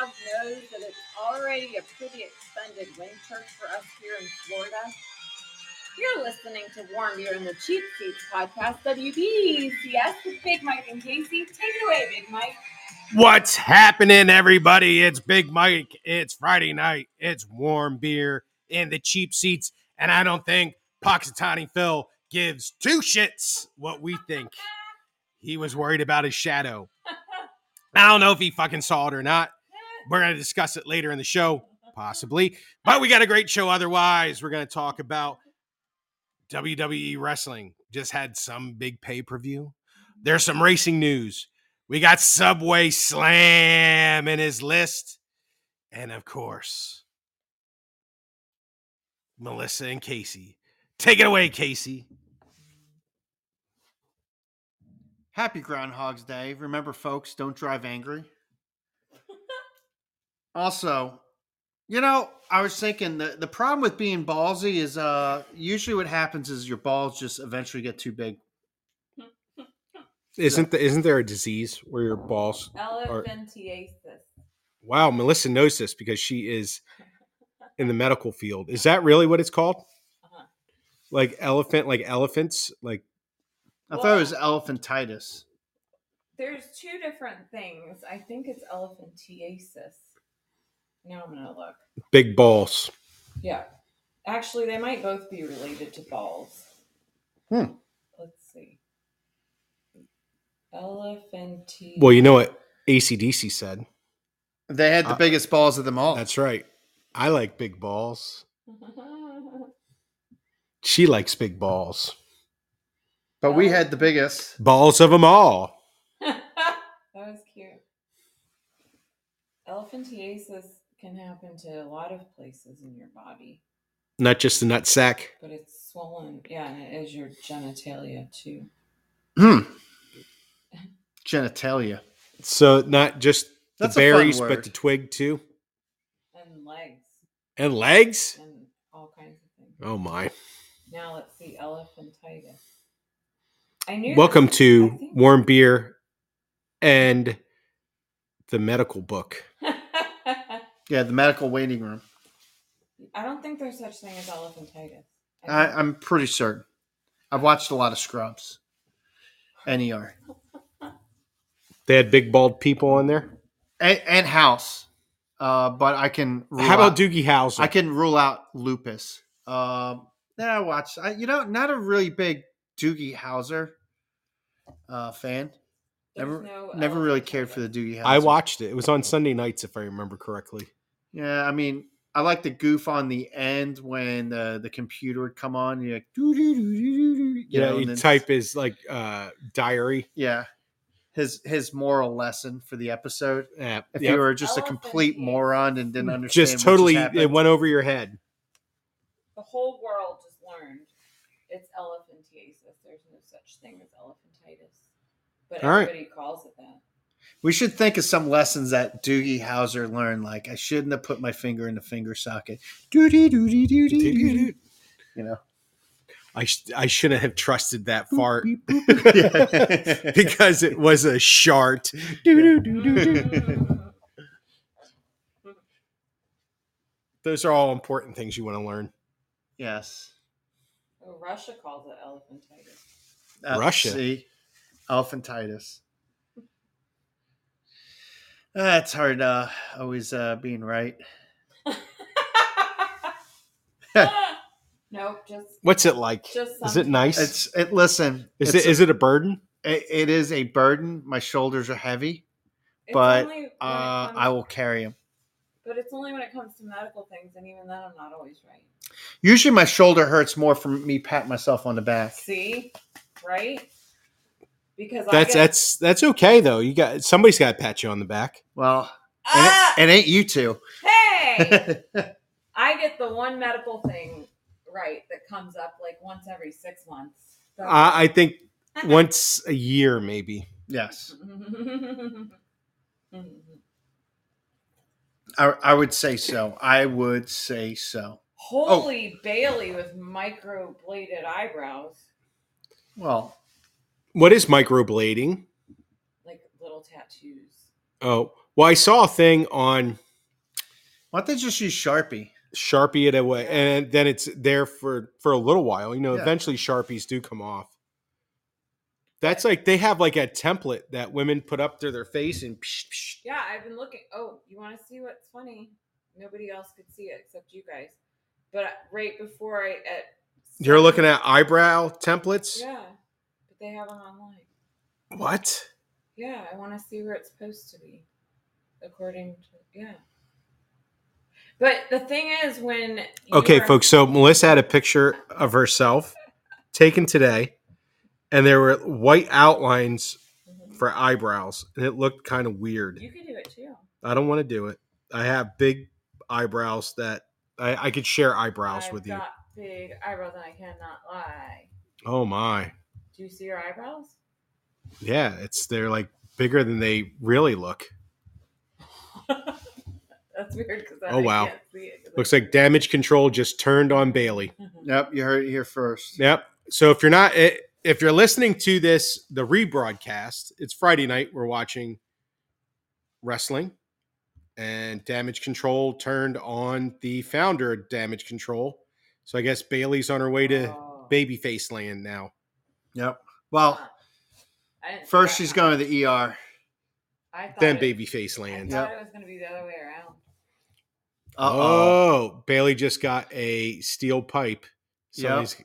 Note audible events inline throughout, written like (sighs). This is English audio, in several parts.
knows that it's already a pretty extended winter for us here in Florida. You're listening to Warm Beer in the Cheap Seats podcast, WBCS, with Big Mike and Casey. Take it away, Big Mike. What's happening, everybody? It's Big Mike. It's Friday night. It's warm beer in the cheap seats. And I don't think Poxitani Phil gives two shits what we think. He was worried about his shadow. I don't know if he fucking saw it or not. We're going to discuss it later in the show, possibly. But we got a great show otherwise. We're going to talk about WWE wrestling. Just had some big pay per view. There's some racing news. We got Subway Slam in his list. And of course, Melissa and Casey. Take it away, Casey. Happy Groundhog's Day. Remember, folks, don't drive angry. also, you know, I was thinking the, the problem with being ballsy is uh usually what happens is your balls just eventually get too big. Isn't the, isn't there a disease where your balls? Elephantiasis. Wow, Melissa knows this because she is in the medical field. Is that really what it's called? Uh-huh. Like elephant, like elephants, like I thought it was elephantitis. There's two different things. I think it's elephantiasis. Now I'm going to look. big balls. Yeah. Actually, they might both be related to balls. Hmm. Let's see. Elephantiasis. Well, you know what ACDC said. They had the Uh, biggest balls of them all. That's right. I like big balls. She likes big balls. But we had the biggest. Balls of them all. (laughs) that was cute. Elephantiasis can happen to a lot of places in your body, Not just the nut sack. but it's swollen. Yeah, and it is your genitalia too. Hmm. (clears throat) Genitalia. So not just the That's a fun berries, but word. the twig too, And legs and legs. and all kinds of things. Oh my! Now let's see elephantitis. I knew Welcome this. I to think- (laughs) warm beer and the medical book. Yeah, the medical waiting room. I don't think there's such thing as elephantitis. I, I'm pretty certain. I've watched a lot of Scrubs. E NER. They had big bald people on there. And, and House. Uh, but I can rule How out- about Doogie Howser? I can rule out lupus. Um, then I watched, I, you know, not a really big Doogie Howser uh, fan. There's Never, no uh, never really cared for the elephantitis. Doogie Howser. I watched it. It was on Sunday nights, if I remember correctly. Yeah, I mean, I like the goof on the end when the the computer would come on. And you're like, doo doo doo doo doo. You Yeah, know, you and then- type his like uh, diary. Yeah, his his moral lesson for the episode. Uh, If yep. you were just a Elephant complete ears. moron and didn't understand, just what totally, happened. it went over your head. the whole world just learned it's elephantiasis. There's no such thing as elephantitis, but All right. everybody calls it (laughs) that. (laughs) We should think of some lessons that Doogie Howser learned, like I shouldn't have put my finger in the (laughs) finger socket. Doody doody doody doody. You know. I sh- I shouldn't have trusted that fart Beep, beep, boop. (laughs) Yeah. because it was a shart. Those are all important things you want to learn. yes. Oh, Russia calls it elephantitis. (laughs) Russia. Uh, See, elephantitis. Uh, it's hard uh, always uh, being right. nope, just What's it like? just Is it nice? It's it. Listen, is it's it is it a burden? it, it is a burden. My shoulders are heavy. It's but, only when it Uh, comes- I will carry them. But it's only when it comes to medical things, and even then, I'm not always right. Usually, my shoulder hurts more from me patting myself on the back. See, right? Because I That's get- that's that's okay though. You got somebody's got to pat you on the back. Well, and it- ah, it ain't you two. (laughs) hey. (laughs) I get the one medical thing right that comes up like once every six months. So- I, I think once a year maybe. yes, Uh, I, I would say so. I would say so. (laughs) oh. Holy Bailey with microbladed eyebrows, Well, What is microblading? like little tattoos. Oh, well, I saw a thing on Why don't they just use Sharpie? sharpie it away, and then it's there for for a little while. You know, Yeah. eventually sharpies do come off. That's like they have like a template that women put up to their face and. Psh, psh. Yeah, I've been looking. Oh, you want to see what's funny? Nobody else could see it except you guys. But uh, right before I, at You're looking at eyebrow templates. Yeah, but they have them online. What? Yeah, I want to see where it's supposed to be, according to yeah. But the thing is, when you Okay, are- folks. So Melissa had a picture of herself taken today, and there were white outlines Mhm. for eyebrows, and it looked kind of weird. you can do it too. I don't want to do it. I have big eyebrows that I, I could share eyebrows I've with you. got big eyebrows, and I cannot lie. Oh my. Do you see your eyebrows? (laughs) Yeah, it's they're like bigger than they really look. That's weird because Oh, wow. can't see it 'cause I- Looks like damage control just turned on Bailey. (laughs) Yep, you heard it here first. Yep. So if you're not i- if you're listening to this the rebroadcast, it's Friday night we're watching wrestling and damage control turned on the founder of damage control. So I guess Bailey's on her way to Oh. babyface land now. Yep. Well, I didn't see first that she's coming. going to the ER. I thought Then it- babyface I land. thought it was going to be the other way around. Uh-oh. Oh, Bailey just got a steel pipe. Yep. Somebody's-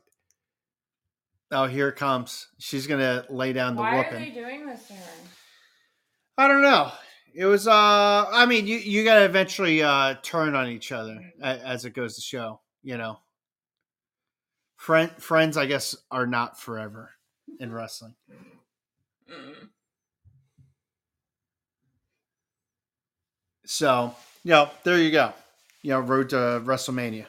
Oh, here it comes. She's going to lay down the Why are whooping. they doing this to her? I don't know. It was uh I mean you you got to eventually uh turn on each other as, as it goes to show, you know. Friend friends I guess are not forever in wrestling. Mm. So, you know, there you go. You know, road to WrestleMania.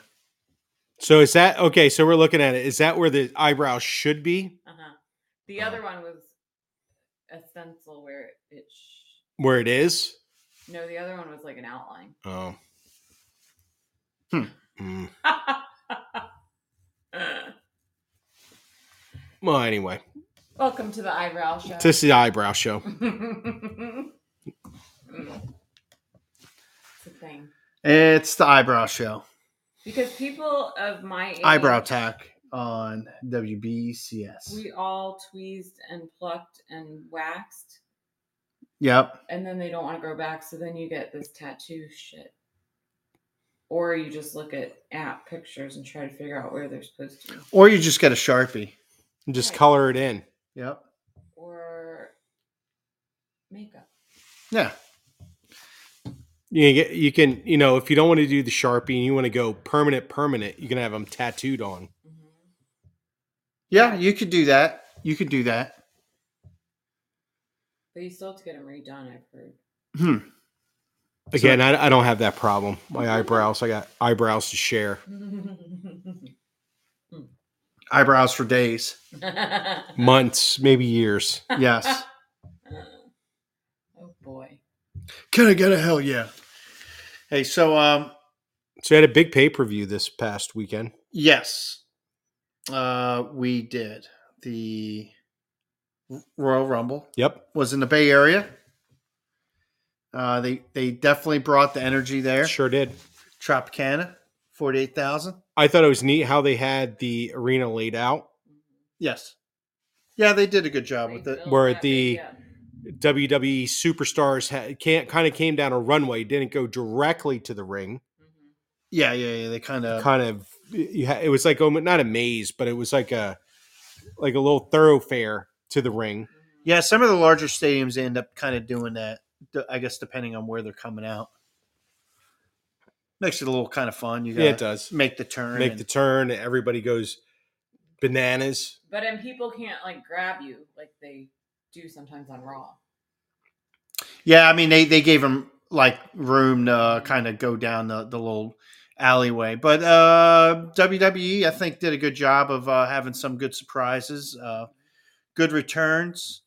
So is that okay? So we're looking at it. Is that where the eyebrow should be? Uh-huh. The other one was a stencil where it. Sh- Where it is? no, the other one was like an outline. (laughs) Oh. Hmm. Mm. Welcome Well, anyway, to the eyebrow show. (laughs) this is the eyebrow show. it's a thing It's the eyebrow show. because people of my age, Eyebrow tack on WBCS. we all tweezed and plucked and waxed, yep. and then they don't want to grow back. So then you get this tattoo shit. Or you just look at app pictures and try to figure out where they're supposed to be. Or you just get a Sharpie. Just Right. color it in. Yep. or makeup. Yeah. You get, you can you know if you don't want to do the sharpie and you want to go permanent permanent, you can have them tattooed on. Yeah, you could do that. You could do that. But you still have to get them redone, I've heard. (laughs) Hmm. Again, I, I don't have that problem. My eyebrows, I got eyebrows to share. Eyebrows for days. Months, maybe (laughs) years. Yes. oh boy. Can I get a hell yeah? Hey, so um, So we had a big pay per view this past weekend. yes, uh, we did. The Royal Rumble Yep. was in the Bay Area. Uh, they they definitely brought the energy there. Sure did. Tropicana, forty eight thousand. I thought it was neat how they had the arena laid out Yes, yeah, they did a good job with it. Where the- WWE E superstars ha- can't kind of came down a runway, didn't go directly to the ring. Mm-hmm, Yeah, yeah, yeah. They kind of Kind of, you ha- it was like almo- not a maze, but it was like a like a little thoroughfare to the ring. mm-hmm. yeah. Some of the larger stadiums end up kind of doing that. d- I guess depending on where they're coming out, makes it a little kind of fun. You Yeah, got it does. make the turn. Make and- the turn, everybody goes bananas. But then people can't like grab you like they do sometimes on Raw. yeah, I mean they they gave him like room to kind of go down the the little alleyway, but uh, WWE I think did a good job of uh, having some good surprises, uh, good returns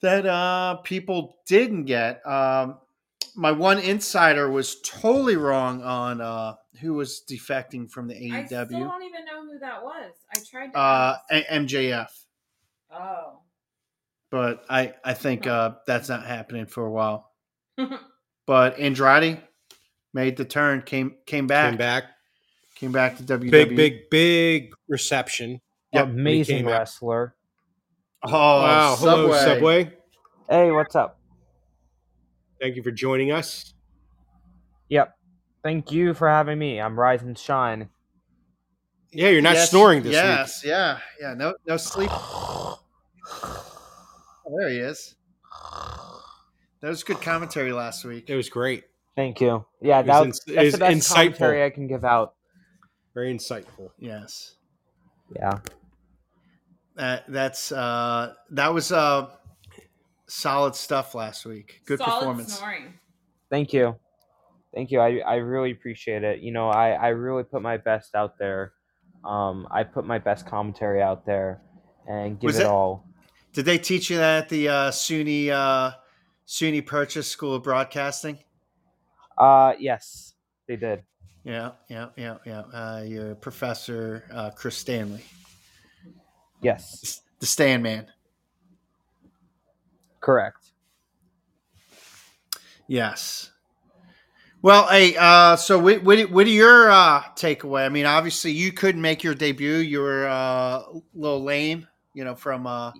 that uh, people didn't get. Um, my one insider was totally wrong on uh, who was defecting from the I still AEW. don't even know who that was. I tried to Uh, ask. A- MJF. Oh. but I I think uh, that's not happening for a while. Mhm. but Andrade, made the turn, came came back, Came came back. back, to E. WWE. Big, big, big reception. Yep, he Amazing came out. wrestler. Oh, wow. Subway. Hello, Subway. Hey, what's up? Thank you for joining us. Yep. Thank you for having me. I'm Rise and Shine. Yeah, you're not Yes, snoring this week. yes, yeah, yeah. No, (sighs) no sleep. Oh, there he is. That was good commentary last week. It was great. Thank you. Yeah, It that was was, ins- that's is the best insightful. commentary I can give out. Very insightful. Yes, Yeah. that that's uh, that was uh, solid stuff last week. Good Solid performance. Snoring. Thank you. Thank you. I, I really appreciate it. You know, I, I really put my best out there. Um, I put my best commentary out there and give Was it that- all. Did they teach you that at the uh, SUNY uh, SUNY Purchase School of Broadcasting? Uh, yes, they did. Yeah, yeah, yeah, yeah. Uh, your professor, uh, Chris Stanley, Yes, the Stan Man. correct. Yes. Well, hey, uh, so what, what, what are your uh, takeaway? I mean, obviously, you couldn't make your debut. You were uh, a little lame, you know, from uh,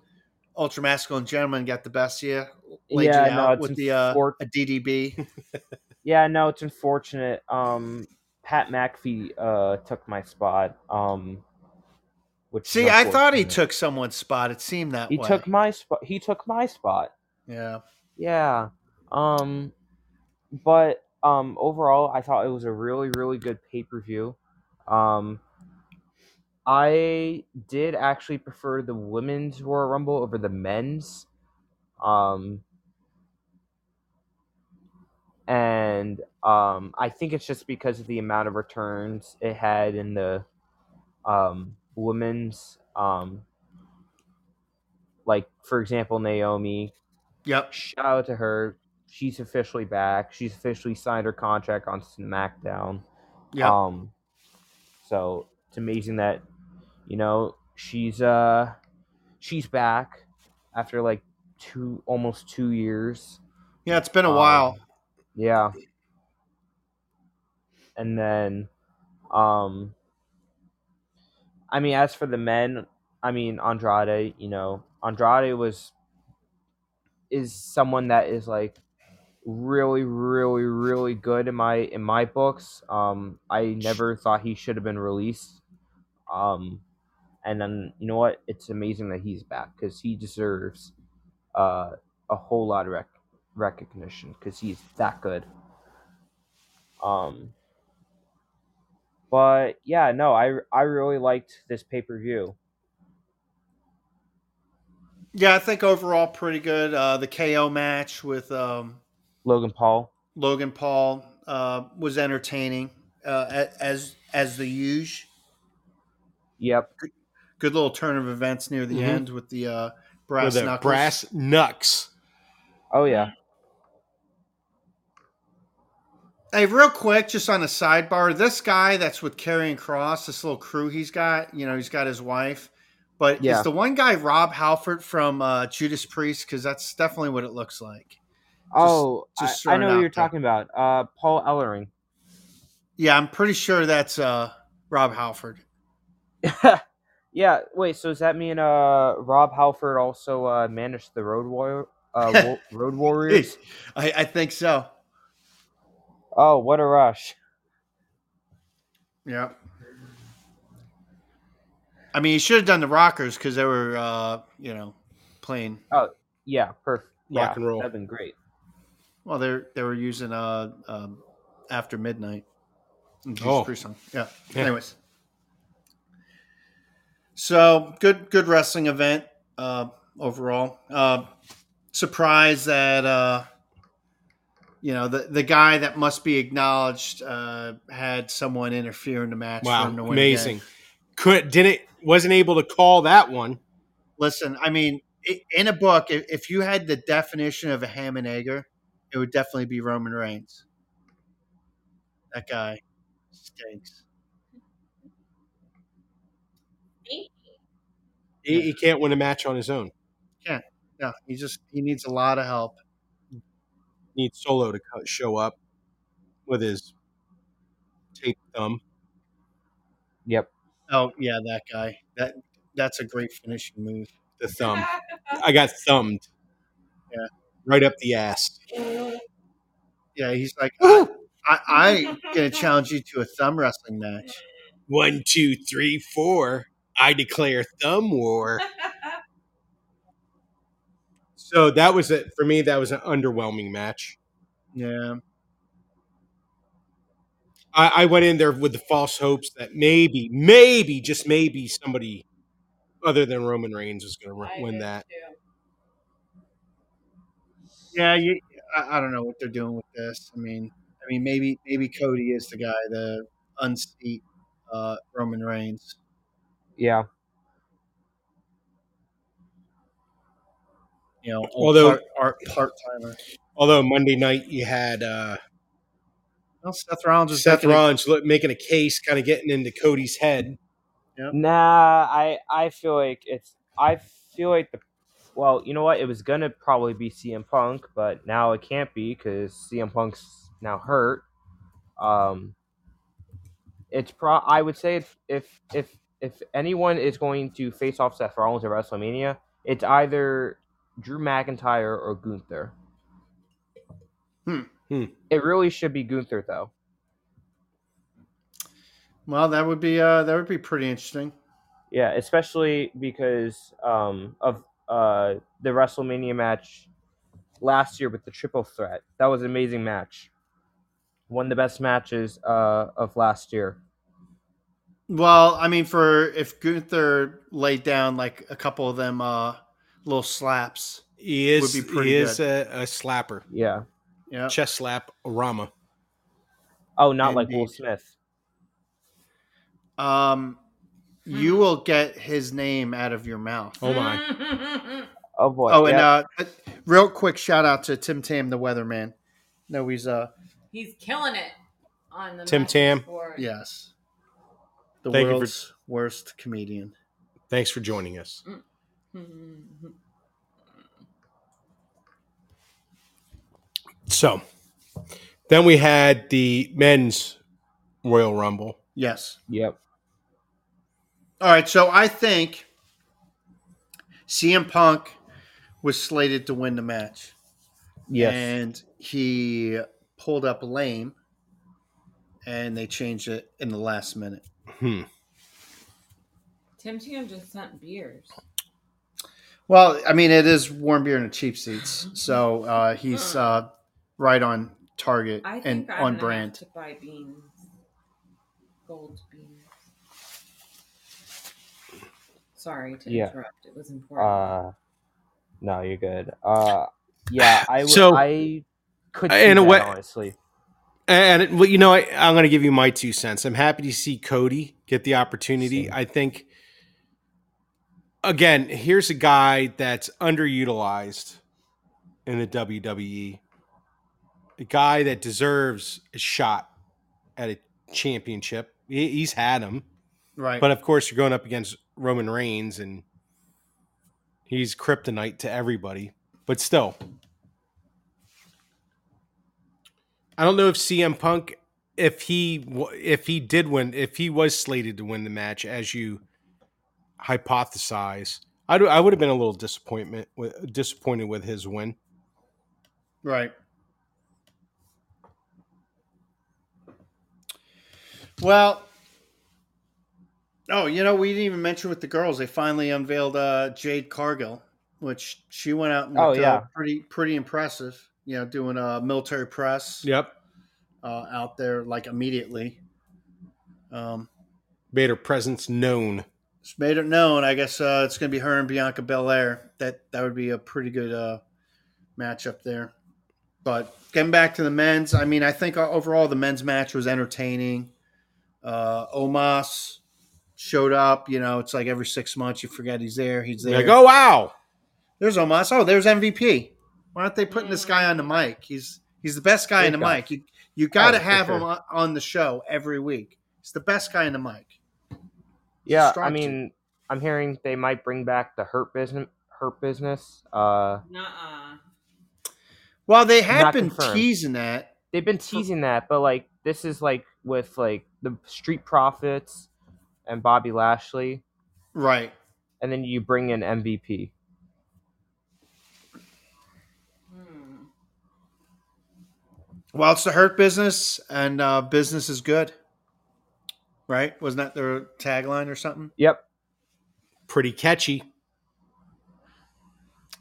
Ultra Masculine Gentleman got the best of you. Laid yeah, you no, out it's with the uh, unfor- a (laughs) DDB. yeah, no, it's unfortunate. Um, Pat McAfee uh took my spot. Um, which is See, I thought he unfortunate. took someone's spot. It seemed that He way. took my spot. He took my spot. yeah. Yeah. Um but um overall I thought it was a really really good pay-per-view. Um I did actually prefer the women's Royal Rumble over the men's. Um and um I think it's just because of the amount of returns it had in the um women's um like for example Naomi Yep. shout out to her. She's officially back. She's officially signed her contract on SmackDown. Yeah. Um, so it's amazing that you know she's uh she's back after like two almost two years. yeah, it's been a um, while. Yeah. And then, um, I mean, as for the men, I mean, Andrade, you know, Andrade was, is someone that is like really, really, really good in my, in my books. Um, I never thought he should have been released. Um, and then, you know what? It's amazing that he's back because he deserves, uh, a whole lot of rec- recognition because he's that good. Um, but yeah, no, I I really liked this pay per view. Yeah, I think overall pretty good. Uh, the KO match with um, Logan Paul, Logan Paul uh, was entertaining uh, a- as as the huge. yep, Good little turn of events near the Mhm. end with the uh, Brass, brass the knuckles. brass knucks. oh Mm-hmm. yeah, Hey, real quick, just on a sidebar, this guy that's with Carrying Cross, this little crew he's got. You know, he's got his wife, but Yeah. is the one guy Rob Halford from uh, Judas Priest? Because that's definitely what it looks like. oh just I, I throwing know what out you're there. talking about. Uh, Paul Ellering. Yeah, I'm pretty sure that's uh, Rob Halford. yeah, wait, so does that mean uh Rob Halford also uh managed the Road Warrior? (laughs) Uh, Wo- Road Warriors. I, I think so. Oh, what a rush! Yeah. I mean, you should have done the Rockers because they were, uh, you know, playing. Yeah, perfect. Rock yeah, and roll. That'd been great. Well, they they were using uh, um, after midnight. Judas Oh. Priest song. yeah. Yeah. Anyways, so good good wrestling event uh, overall. Uh, surprised that uh, you know the the guy that must be acknowledged uh, had someone interfere in the match. for Wow, him to win again. amazing. Could didn't wasn't able to call that one. Listen, I mean, i- in a book, if, if you had the definition of a ham and egger, it would definitely be Roman Reigns. That guy stinks. He, he can't win a match on his own. No, he just he needs a lot of help. Needs Solo to co- show up with his tape thumb. Yep. Oh yeah, that guy. That that's a great finishing move. (laughs) The thumb. I got thumbed. Yeah. Right up the ass. Yeah, he's like, I, I, I'm gonna challenge you to a thumb wrestling match. One, two, three, four. I declare thumb war. So that was it for me. That was an underwhelming match. Yeah, I, I went in there with the false hopes that maybe, maybe, just maybe, somebody other than Roman Reigns was going I to win did that. too. yeah. You, I, I don't know what they're doing with this. I mean, I mean, maybe maybe Cody is the guy to unseat uh, Roman Reigns. Yeah. You know, Although- part part timer. Although Monday night you had uh, Well, Seth Rollins is Seth making a- Rollins look, making a case, kind of getting into Cody's head. Nah, I I feel like it's I feel like the well, you know what? It was gonna probably be CM Punk, but now it can't be because CM Punk's now hurt. Um, it's pro. I would say if if if if anyone is going to face off Seth Rollins at WrestleMania, it's either Drew McIntyre or Gunther. Hmm. Hmm. It really should be Gunther though. Well, that would be uh, that would be pretty interesting. Yeah, especially because um, of uh, the WrestleMania match last year with the triple threat. That was an amazing match. One of the best matches uh, of last year. Well, I mean, for if Gunther laid down like a couple of them uh, little slaps, He is, Would be pretty he is a, a slapper, Yeah. yeah, chest slap, Rama. Oh, not like Will Indeed. Smith. um, you will get his name out of your mouth. Oh my! Oh boy. Oh, and yeah. uh, real quick shout out to Tim Tam, the weatherman. No, he's uh, (laughs) He's killing it on the Tim message Tam. board. yes, the Thank you for- world's worst comedian. Thanks for joining us. Mhm. So then we had the men's Royal Rumble. Yes. yep. All right. So I think CM Punk was slated to win the match. Yes. And he pulled up lame and they changed it in the last minute. Hmm. Tim Tam just sent beers. Well, I mean, it is warm beer and cheap seats. So uh, he's uh, right on target I think and I'm on gonna brand. Have to buy beans, gold beans. Sorry to Yeah. interrupt. It was important. uh, no, you're good. Uh, yeah, I would. So- I could see In a that, way- honestly. And well, you know, I, I'm going to give you my two cents. I'm happy to see Cody get the opportunity. Same. I think again, here's a guy that's underutilized in the WWE. A guy that deserves a shot at a championship. He, he's had him. right. But of course, you're going up against Roman Reigns, and he's kryptonite to everybody. But still, I don't know if CM Punk, if he wa- if he did win, if he was slated to win the match, as you hypothesize, I'd, I would have been a little disappointment with, disappointed with his win. right. Well, oh, you know, we didn't even mention with the girls. They finally unveiled uh, Jade Cargill, which she went out and Oh, looked, uh, yeah. pretty pretty impressive. You know, doing a military press. Yep, uh, out there like immediately. Um, made her presence known. it's made it known. I guess uh, it's going to be her and Bianca Belair. That that would be a pretty good uh, matchup there. But getting back to the men's, I mean, I think overall the men's match was entertaining. Uh, Omos showed up. You know, it's like every six months you forget he's there. He's there. Like, oh wow, There's Omos. Oh, there's MVP. Why aren't they putting this guy on the mic? He's he's the best guy in the Big guy. mic. You you got to Oh, for have sure. him on, on the show every week. He's the best guy in the mic. Yeah, I structure. mean, I'm hearing they might bring back the hurt business. Hurt business. Uh, Nuh-uh. Well, they had Not been confirmed. teasing that. they've been teasing that, but like this is like with like the Street Profits and Bobby Lashley, Right. and then you bring in MVP. Hmm. Well, it's the hurt business, and uh, business is good. Right? Wasn't that their tagline or something? Yep. Pretty catchy.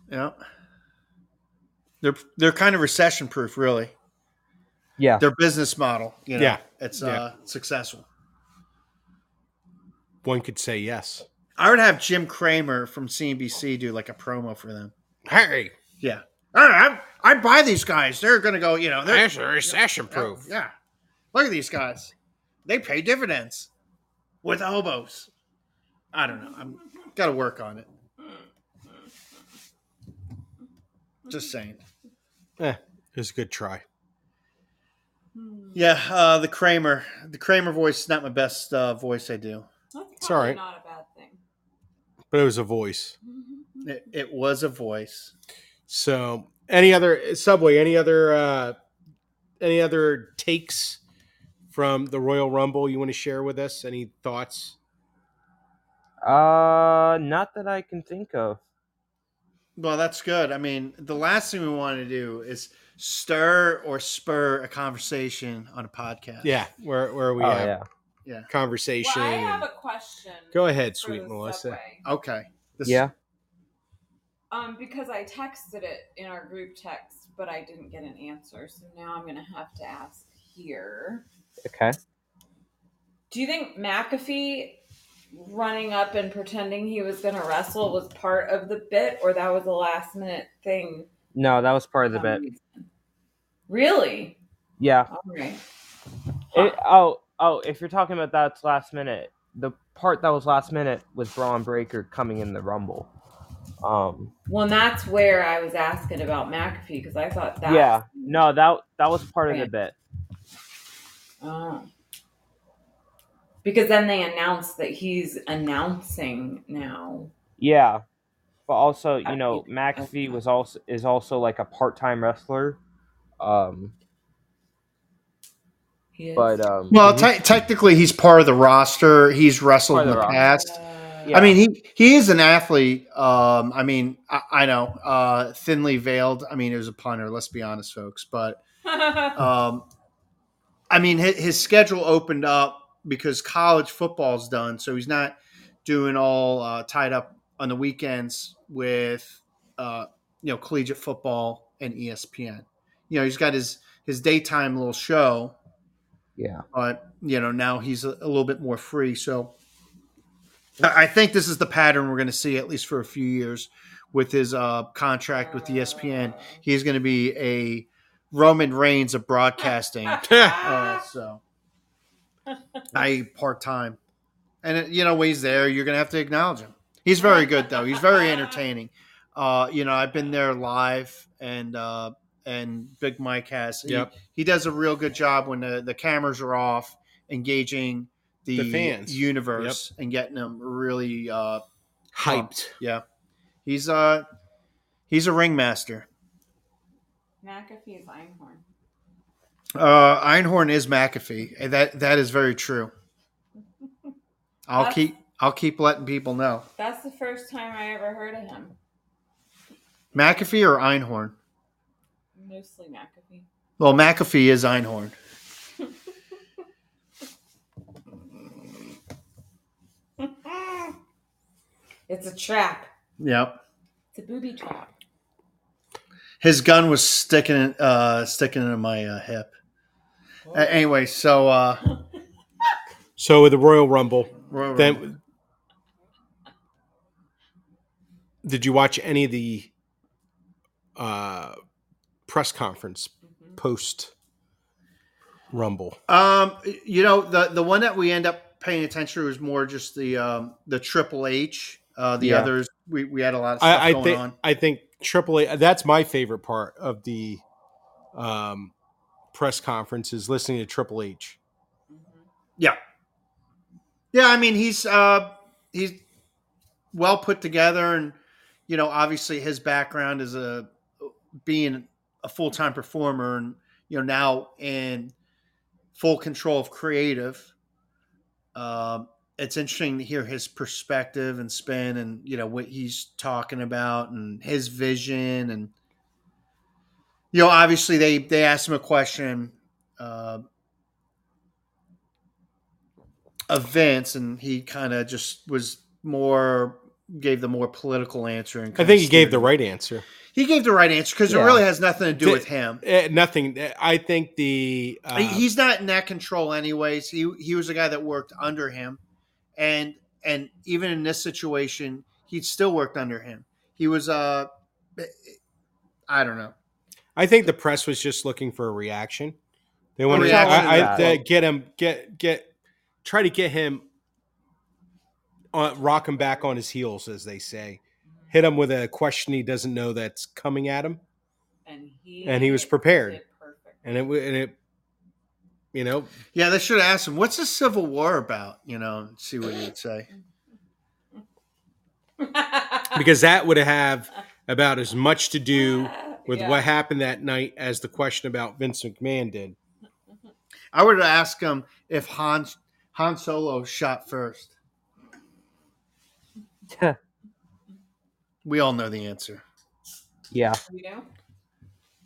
Yeah. They're they're kind of recession proof, really. Yeah. Their business model, you know, Yeah. it's Yeah. uh, successful. One could say yes. I would have Jim Kramer from CNBC do like a promo for them. Hey, Yeah. All right, I, I buy these guys. They're going to go, you know, they're there's a recession proof. Yeah. Look at these guys. They pay dividends with elbows. I don't know. I'm got to work on it. Just saying. Eh, it was a good try. Hmm. Yeah, uh, the Kramer, the Kramer voice is not my best uh, voice. I do. That's It's probably all right. not a bad thing. But it was a voice. Mm-hmm. It, it was a voice. So any other Subway, any other uh any other takes from the Royal Rumble you want to share with us? Any thoughts? Uh, not that I can think of. Well, that's good. I mean, the last thing we want to do is stir or spur a conversation on a podcast. Yeah, where where we oh have yeah. Well, conversation. I have a question. Go ahead, for sweet the Melissa. Subway. Okay. This- Yeah. Um, because I texted it in our group text, but I didn't get an answer, so now I'm gonna have to ask here. Okay. Do you think McAfee running up and pretending he was gonna wrestle was part of the bit, or that was a last minute thing? No, that was part of the bit. Um, Really? Yeah. All right. It, oh, oh! If you're talking about that's last minute, the part that was last minute was Braun Breaker coming in the Rumble. Um, Well, and that's where I was asking about McAfee because I thought that. yeah, no, that that was part of the bit. Oh. Because then they announced that he's announcing now. Yeah, but also, you know, McAfee was also is also like a part time wrestler. Um, He is. but um, Well, te- technically, he's part of the roster. He's wrestled Part of in the the roster. past. Uh, Yeah. I mean, he he is an athlete. Um, I mean, I, I know uh, thinly veiled. I mean, it was a punter. Let's be honest, folks. But (laughs) um, I mean, his, his schedule opened up because college football's done, so he's not doing all uh, tied up on the weekends with uh, you know collegiate football and E ESPN. You know, he's got his his daytime little show yeah, but you know now he's a, a little bit more free so i I think this is the pattern we're going to see at least for a few years with his uh, contract with espn he's going to be a roman reigns of broadcasting Ah. uh, so i part-time and uh, you know when he's there you're going to have to acknowledge him he's very good though he's very entertaining uh, you know i've been there live and uh, and big mike has he- Yep. he does a real good job when the, the cameras are off engaging the, The fans. universe and getting them really uh (laughs) Hyped. yeah he's uh he's a ringmaster McAfee is Einhorn. uh einhorn is mcafee and that that is very true i'll That's- keep i'll keep letting people know That's the first time I ever heard of him. mcafee or einhorn Mostly McAfee. well mcafee is einhorn (laughs) It's a trap. yep It's a booby trap. his gun was sticking uh sticking in my uh, hip A- anyway so uh So with the Royal Rumble, Royal Rumble. then did you watch any of the uh press conference Mm-hmm. post Rumble? Um, you know the the one that we end up paying attention to is more just the um the Triple H. Uh, the Yeah. others we, we had a lot of stuff I, I going think on. I think Triple A. That's my favorite part of the um, press conference is listening to Triple H. Mm-hmm. Yeah, yeah. I mean he's uh he's well put together, and you know obviously his background is a being a full time performer, and you know now in full control of creative. Um, it's interesting to hear his perspective and spin, and you know what he's talking about and his vision, and you know obviously they they asked him a question uh, of Vince, and he kind of just was more gave the more political answer. And I kinda think he gave the steered- right answer. he gave the right answer because it Yeah. really has nothing to do Did- with him. Eh, nothing. Eh, I think the uh, He- he's not in that control anyways. He he was a guy that worked under him, and and even in this situation, he still worked under him. He was uh, I don't know. I think the press was just looking for a reaction. They wanted reaction to, I, I, to that. to get him get get try to get him on, rock him back on his heels, as they say. Hit him with a question he doesn't know that's coming at him, And he And he was prepared. did (laughs) perfect. and it w- and it you know Yeah, they should have asked him what's the Civil War about. You know, and see what he'd say. because that would have about as much (laughs) to do with Yeah. what happened that night as the question about Vince McMahon did. I would have asked him if Han Han Solo shot (laughs) first. We all know the answer. yeah. you know.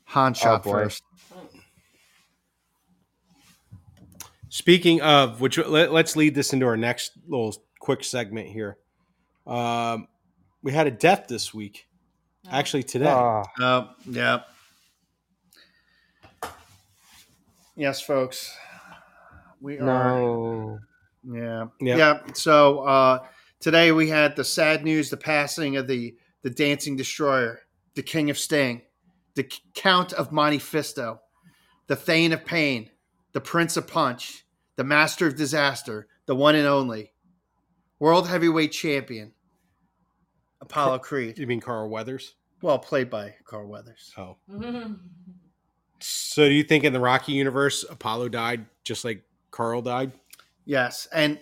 Han shot Oh, boy. first. Speaking of which, let, let's lead this into our next little quick segment here. Um, we had a death this week, actually today. Ah, Uh, yeah. Yes, folks. We are. no. Yeah. Yeah. Yeah. So uh, today we had the sad news: the passing of the the dancing destroyer, the king of sting, the C- count of Monte Fisto, the Thane of Pain, the Prince of Punch, the Master of Disaster, the one and only World Heavyweight Champion, Apollo Creed. You mean Carl Weathers? Well, played by Carl Weathers. Oh, Mhm. so do you think in the Rocky universe, Apollo died just like Carl died? Yes, and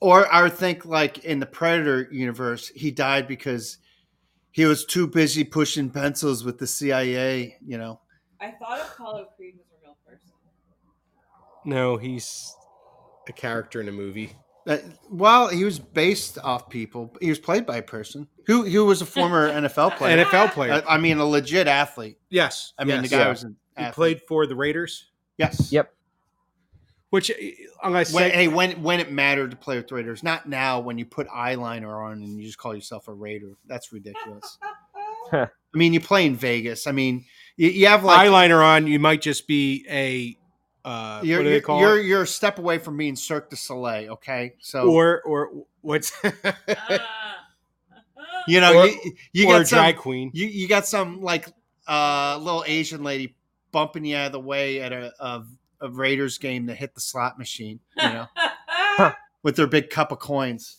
or I would think like in the Predator universe, he died because he was too busy pushing pencils with the CIA. You know, (laughs) I thought Apollo Creed was a real person. No, he's a character in a movie. that, well, Uh, he was based off people. He was played by a person who who was a former NFL player. NFL player. I, I mean, a legit athlete. yes, I mean, yes. the guy yeah. was an he athlete. played for the Raiders. Yes. Yep. Which eh, I'm gonna When, say, hey, when when it mattered to play with Raiders, not now when you put eyeliner on and you just call yourself a Raider. That's ridiculous. I mean, you play in Vegas. I mean, you, you have like eyeliner on, you might just be a uh, you're, what do they you're, call you're it? you're a step away from being Cirque du Soleil, okay? So Or or what's (laughs) Ah. (laughs) you know or- you, you or a got some, drag queen? you you got some like uh little Asian lady bumping you out of the way at a, a, a Raiders game to hit the slot machine, you know, with their big cup of coins.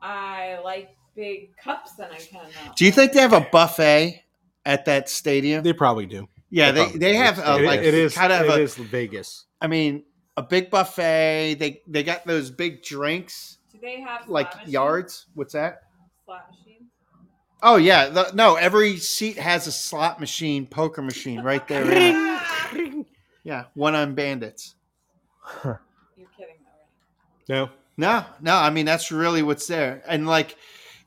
I like big cups and I cannot. Do you think they have a buffet at that stadium? They probably do. yeah, they they, probably they do. have a, It- like it is kind of it a is Vegas. I mean a big buffet. They they got those big drinks Do they have like slot machines? yards. What's that? Slot machines? Oh yeah, the, no. Every seat has a slot machine, poker machine, right there. (laughs) in it. Ah! yeah, one on bandits. You're kidding, though. No, No, no. I mean, that's really what's there, and like,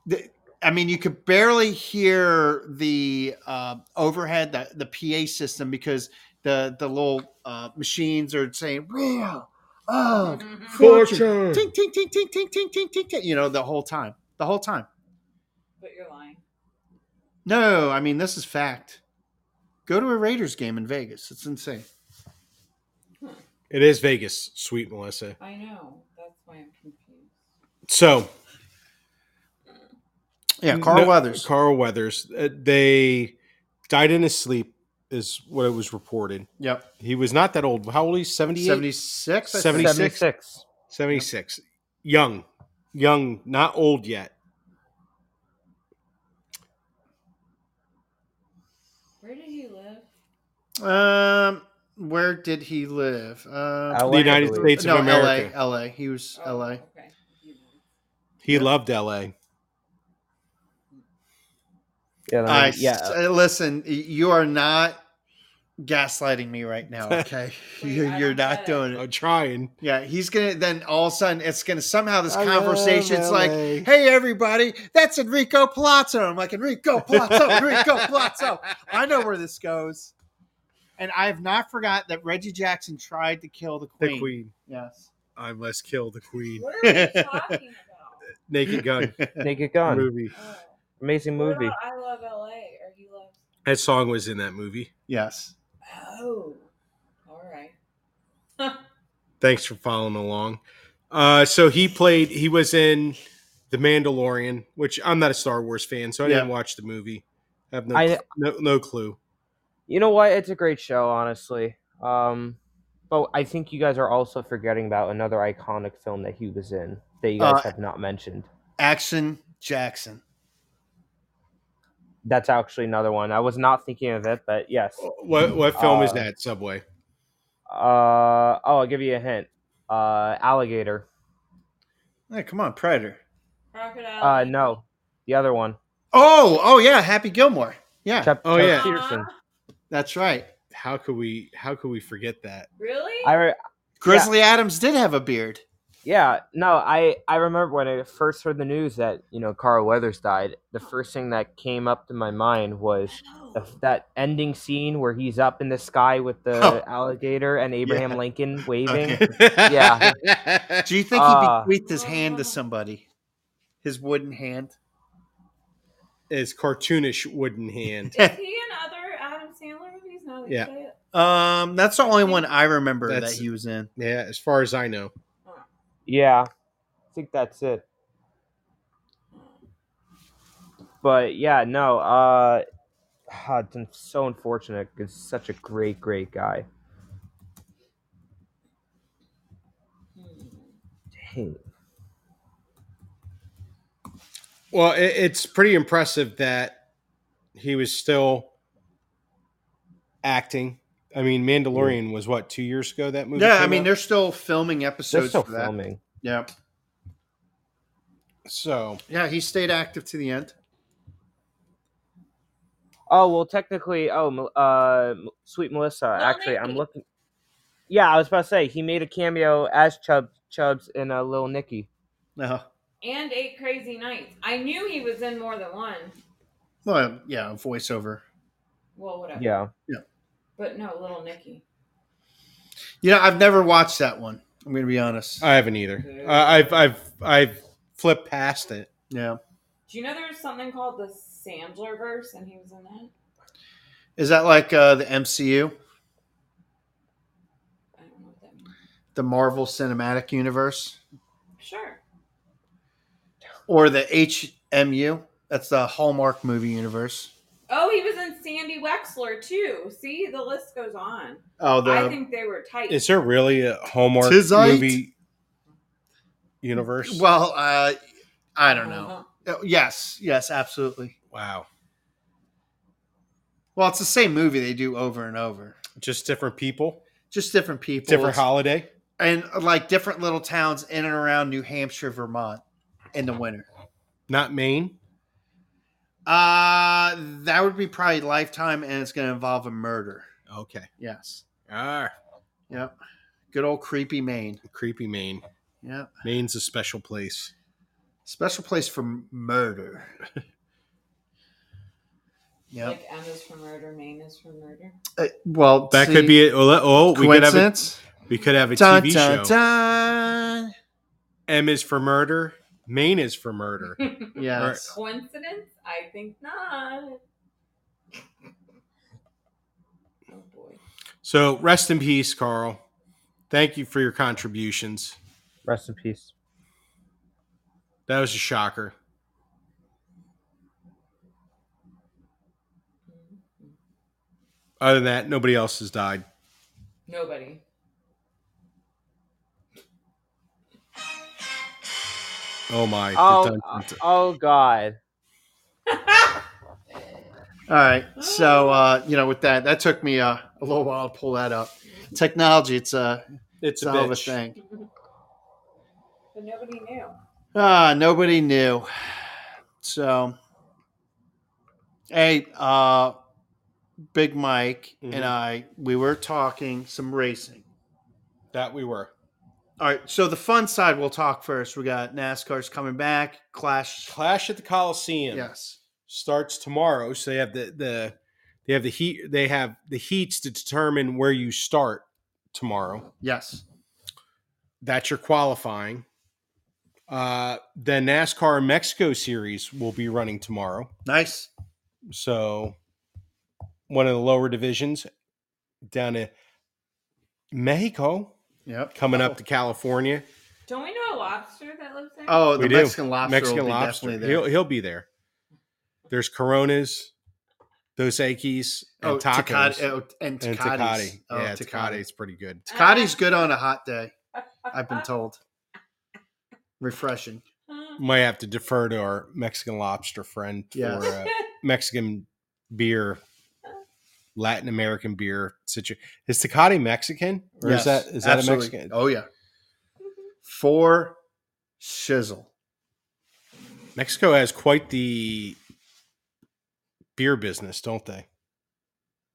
the, I mean, you could barely hear the uh, overhead, the, the PA system, because the the little uh, machines are saying real, oh, Hmm. Mm-hmm. fortune, ting ting ting ting ting ting ting ting, ting," you know, the whole time, the whole time. But you're lying. No, I mean this is fact. Go to a Raiders game in Vegas. It's insane. It is Vegas, sweet Melissa. I know. That's why I'm confused. So Yeah, Carl no- Weathers. Carl Weathers. Uh, they died in his sleep, is what it was reported. Yep. He was not that old. How old is he? 78? 76. I think. 76. 76. 76. Young. Young, not old yet. Where did he live? Um, where did he live? Um, LA, the I United believe. States no, of America. LA. LA. He was Oh, LA. Okay. You know. He loved LA. Yeah, I I mean, s- yeah. uh, listen, y- you are not gaslighting me (laughs) right now. Okay, (laughs) Wait, you're, I you're don't not get it. doing it. I'm trying. Yeah, he's gonna. Then all of a sudden, it's gonna somehow this I love conversation's like, LA. "Hey, everybody, that's Enrico Palazzo." I'm like, (laughs) "Enrico Palazzo, Enrico Palazzo." I know where this goes. And I have not forgot that Reggie Jackson tried to kill the The queen. queen. Yes. I must kill the queen. What are we talking about? Naked Gun Naked Gun, movie. Oh. amazing What movie. about I love LA or he loves. That song was in that movie. Yes. Oh, all right. Thanks for following along. Uh, so he played. He was in The Mandalorian, which I'm not a Star Wars fan, so I didn't Yeah. watch the movie. I have no, I- no no clue. You know what? It's a great show, honestly. Um, but I think you guys are also forgetting about another iconic film that he was in that you guys Uh, have not mentioned. Action Jackson. That's actually another one. I was not thinking of it, but yes. What what film is Uh, that? Subway. Uh, oh, I'll give you a hint. Uh, alligator. Hey, come on, Predator. Crocodile. Uh, no, the other one. Oh, oh yeah, Happy Gilmore. Yeah, Chuck, Oh, Chuck yeah. Peterson. Uh-huh. that's right. How could we how could we forget that? Really? I re- Grizzly Adams did have a beard. yeah, no, I I remember when I first heard the news that you know Carl Weathers died. The first thing that came up to my mind was the, Oh. that ending scene where he's up in the sky with the Oh. alligator and Abraham Yeah. Lincoln waving. (laughs) yeah. Do you think he Uh, bequeathed his hand to somebody? His wooden hand. Is cartoonish wooden hand. Is he in other Adam Sandler movies? Now that you Yeah. say it? Um, that's the only one I remember That's- that he was in. Yeah, as far as I know. Yeah, I think that's it. But yeah, no, uh, ah, it's un- so unfortunate because such a great, great guy. Hmm. Dang. Well, it, it's pretty impressive that he was still acting. I mean, Mandalorian was what two years ago that movie. Yeah, I came mean out? they're still filming episodes They're still for that. filming. Yeah, so yeah, he stayed active to the end. Oh well, technically, oh, Mel- uh, M- sweet Melissa. Well, actually, I'm Nicky. looking. Yeah, I was about to say he made a cameo as Chub Chubs in a uh, Little Nicky. No, And Eight Crazy Nights. I knew he was in more than one. well, yeah, voiceover. Well, whatever. Yeah, But no, Little Nicky. You know, I've never watched that one. I'm gonna be honest. I haven't either. Uh, I've I've I've flipped past it. yeah, Do you know there's something called the Sandler verse and he was in that? is that like uh, the MCU, I don't know what that means. the Marvel Cinematic Universe, Sure. or the HMU? That's the Hallmark movie universe. Oh, he was in Sandy Wexler too. See, the list goes on. Oh, the I think they were tight. Is there really a Hallmark Tizite? movie universe? well, uh, I don't know. Uh, Yes, yes, absolutely. wow, Well, it's the same movie they do over and over. just different people, Just different people, different It's- holiday. and like different little towns in and around New Hampshire, Vermont in the winter. Not Maine. Uh that would be probably lifetime and it's going to involve a murder. Okay. Yes. Ah, Yep. Good old creepy Maine. creepy Maine. Yep. Maine's a special place. Special place for murder. Yep. Like M is for murder, Maine is for murder. Uh, well, That see, could be. A, oh, we could have a, coincidence. we could have a Dun, TV dun, show. dun. M is for murder. Maine is for murder. Yes. Coincidence? I think not. Oh boy. So rest in peace, Carl. Thank you for your contributions. rest in peace. That was a shocker. Other than that, nobody else has died. Nobody. Oh my! Oh, oh God. All right. So, uh, you know, with that, that took me uh, a little while to pull that up. Technology, it's a, it's it's a a hell of a bitch. thing. But nobody knew. Ah, nobody knew. So, hey, uh, Big Mike Mhm. and I, we were talking some racing. That we were. All right, so the fun side we'll talk first. We got NASCAR's coming back, Clash. Clash at the Coliseum Yes. starts tomorrow, so they have the the they have the heat they have the heats to determine where you start tomorrow. Yes. That's your qualifying. Uh, the NASCAR Mexico series will be running tomorrow. Nice. So one of the lower divisions down to Mexico, Yep. Oh. coming up to California. Don't we know a lobster that lives there? Oh, We the do. Mexican lobster. Mexican will be lobster. Definitely there. He'll he'll be there. There's Coronas, Dos Equis, and oh, tacos. Tecate- oh, and and Tecati's. Tecate. Oh, yeah, Tecate. Tecate's pretty good. Tecati's good on a hot day. I've been told. Refreshing. (laughs) Might have to defer to our Mexican lobster friend for Yes. uh, Mexican beer, Latin American beer. Situ- is Tecate Mexican or Yes, is that is that absolutely. a Mexican? Oh yeah. For shizzle. Mexico has quite the beer business, don't they?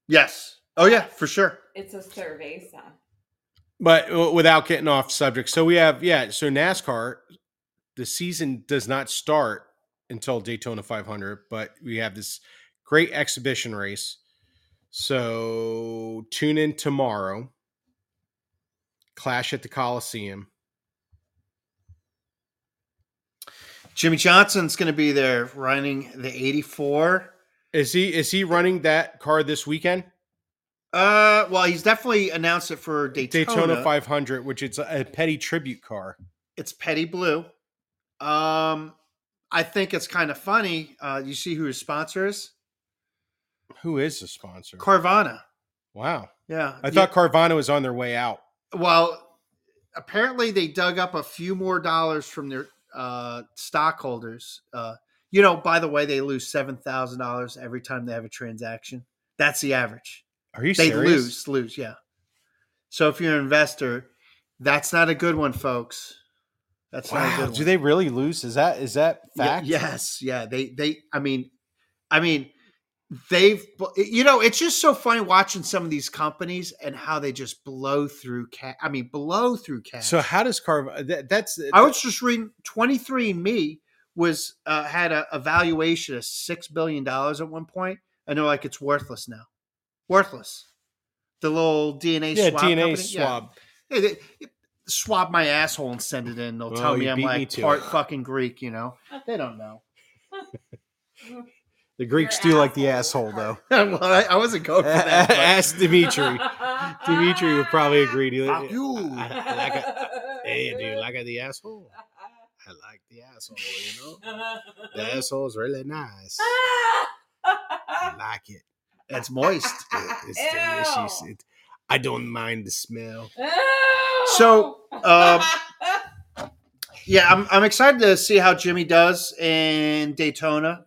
Yes. Oh yeah, for sure. (laughs) it's a cerveza. but w- without getting off subject so we have yeah so nascar the season does not start until daytona 500 but we have this great exhibition race so tune in tomorrow clash at the coliseum Jimmy Johnson's going to be there running the 84. is he is he running that car this weekend Uh, well, he's definitely announced it for Daytona. daytona 500 which is a petty tribute car It's Petty Blue. Um, I think it's kind of funny. Uh, you see who his sponsor is? who is the sponsor Carvana. wow Yeah, i You- thought carvana was on their way out Well, apparently they dug up a few more dollars from their uh, stockholders. Uh, you know, by the way, they lose seven thousand dollars every time they have a transaction. That's the average. are you they serious lose, lose, yeah. So if you're an investor, that's not a good one, folks. That's not a Wow, good do one. they really lose? Is that is that Ye- fact? yes, yeah. They, they. I mean, I mean, they've. bl- You know, it's just so funny watching some of these companies and how they just blow through cash. I mean, blow through cash. So how does Carve? That, that's I was just reading 23 Me was uh, had a, a valuation of six billion dollars at one point, and they're like it's worthless now, worthless. The little DNA yeah swab DNA company? swab. yeah. Hey, they- swab my asshole and send it in. They'll Oh, tell me you I'm beat me like to part it. fucking Greek, you know. They don't know. The Greeks do like the asshole though. (laughs) well, I, I wasn't (laughs) going (laughs) for that. but- Ask (laughs) Dimitri. Dimitri would (laughs) probably agree to Fuck it. you. I, I like a, hey, do you like the asshole? I like the asshole. You know, the asshole's really nice. (laughs) I like it. That's moist. It's delicious. It, I don't mind the smell. (laughs) So, um, Yeah, I'm, I'm excited to see how Jimmy does in Daytona.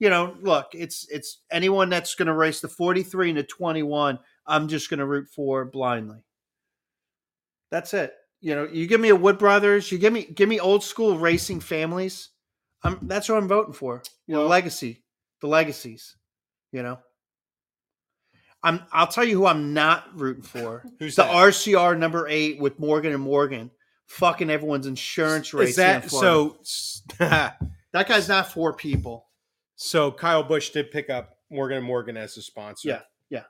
You know, look, it's it's anyone that's going to race the 43 and the 21, I'm just going to root for blindly. That's it. You know, you give me a Wood Brothers, you give me give me old school racing families. I'm that's what I'm voting for. You know, legacy, the legacies. You know, I'm I'll tell you who I'm not rooting for. Who's the RCR number eight with Morgan and Morgan. Fucking everyone's insurance race. Is that in Florida. so? (laughs) That guy's not for people. So Kyle Bush did pick up Morgan and Morgan as a sponsor. Yeah.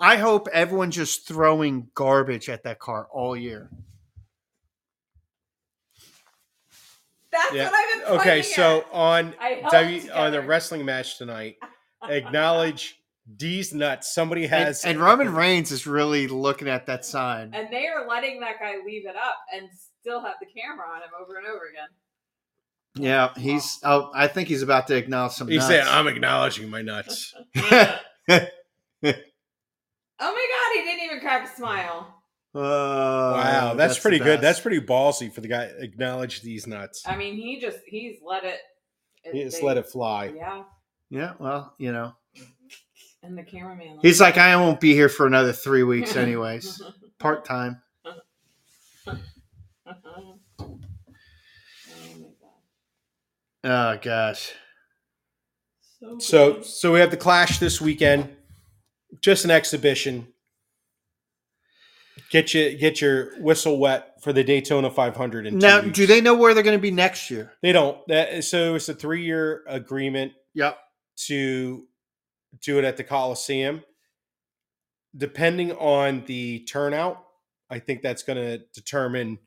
I hope everyone's just throwing garbage at that car all year. That's Yeah. what I've been Okay, pointing so on I held w, on the together. wrestling match (laughs) tonight, acknowledge D's nuts. Somebody And, has and Roman Reigns is really looking at that sign. at. And they are letting that guy leave it up and still have the camera on him over and over again. Yeah, he's. Oh, I think he's about to acknowledge some. He nuts. said, "I'm acknowledging (laughs) my (laughs) nuts." Oh my god, he didn't even crack a smile. (laughs) Uh, wow, wow, that's, pretty good. That's pretty ballsy for the guy. Acknowledge these nuts. I mean, he just he's let it. He just Uh, they- let it fly. Yeah, yeah. Well, you know, and the cameraman. he's like, I won't be here for another three weeks, (laughs) anyways, (laughs) part time. oh my god. Oh gosh. So, So, so we have the clash this weekend. just an exhibition. Get you get your whistle wet for the Daytona 500. In two Now, weeks. do they know where they're going to be next year? They don't. That eh, so it's a three year agreement Yep. to do it at the Coliseum. Depending on the turnout, I think that's going to determine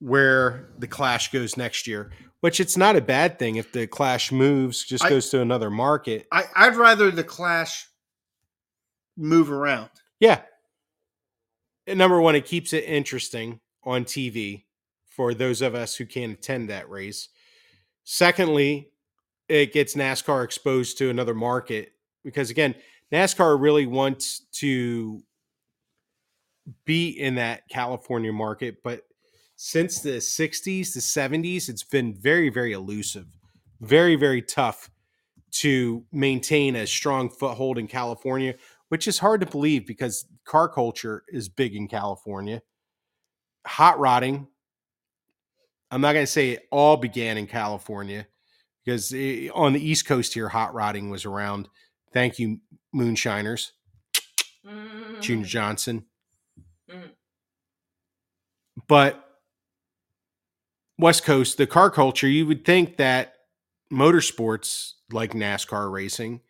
where the clash goes next year. Which it's not a bad thing if the clash moves, just I- goes to another market. I, I'd rather the Clash move around. Yeah. And number one, it keeps it interesting on TV for those of us who can't attend that race. Secondly, it gets NASCAR exposed to another market because, again, NASCAR really wants to be in that California market. But since the 60s, the 70s, it's been very, very elusive, very, very tough to maintain a strong foothold in California which is hard to believe because car culture is big in California. Hot rodding. I'm not going to say it all began in California because eh, on the East Coast here, hot rodding was around. Thank you, Moonshiners, Mm. Junior Johnson. Mm. But West Coast, the car culture, you would think that motorsports like NASCAR racing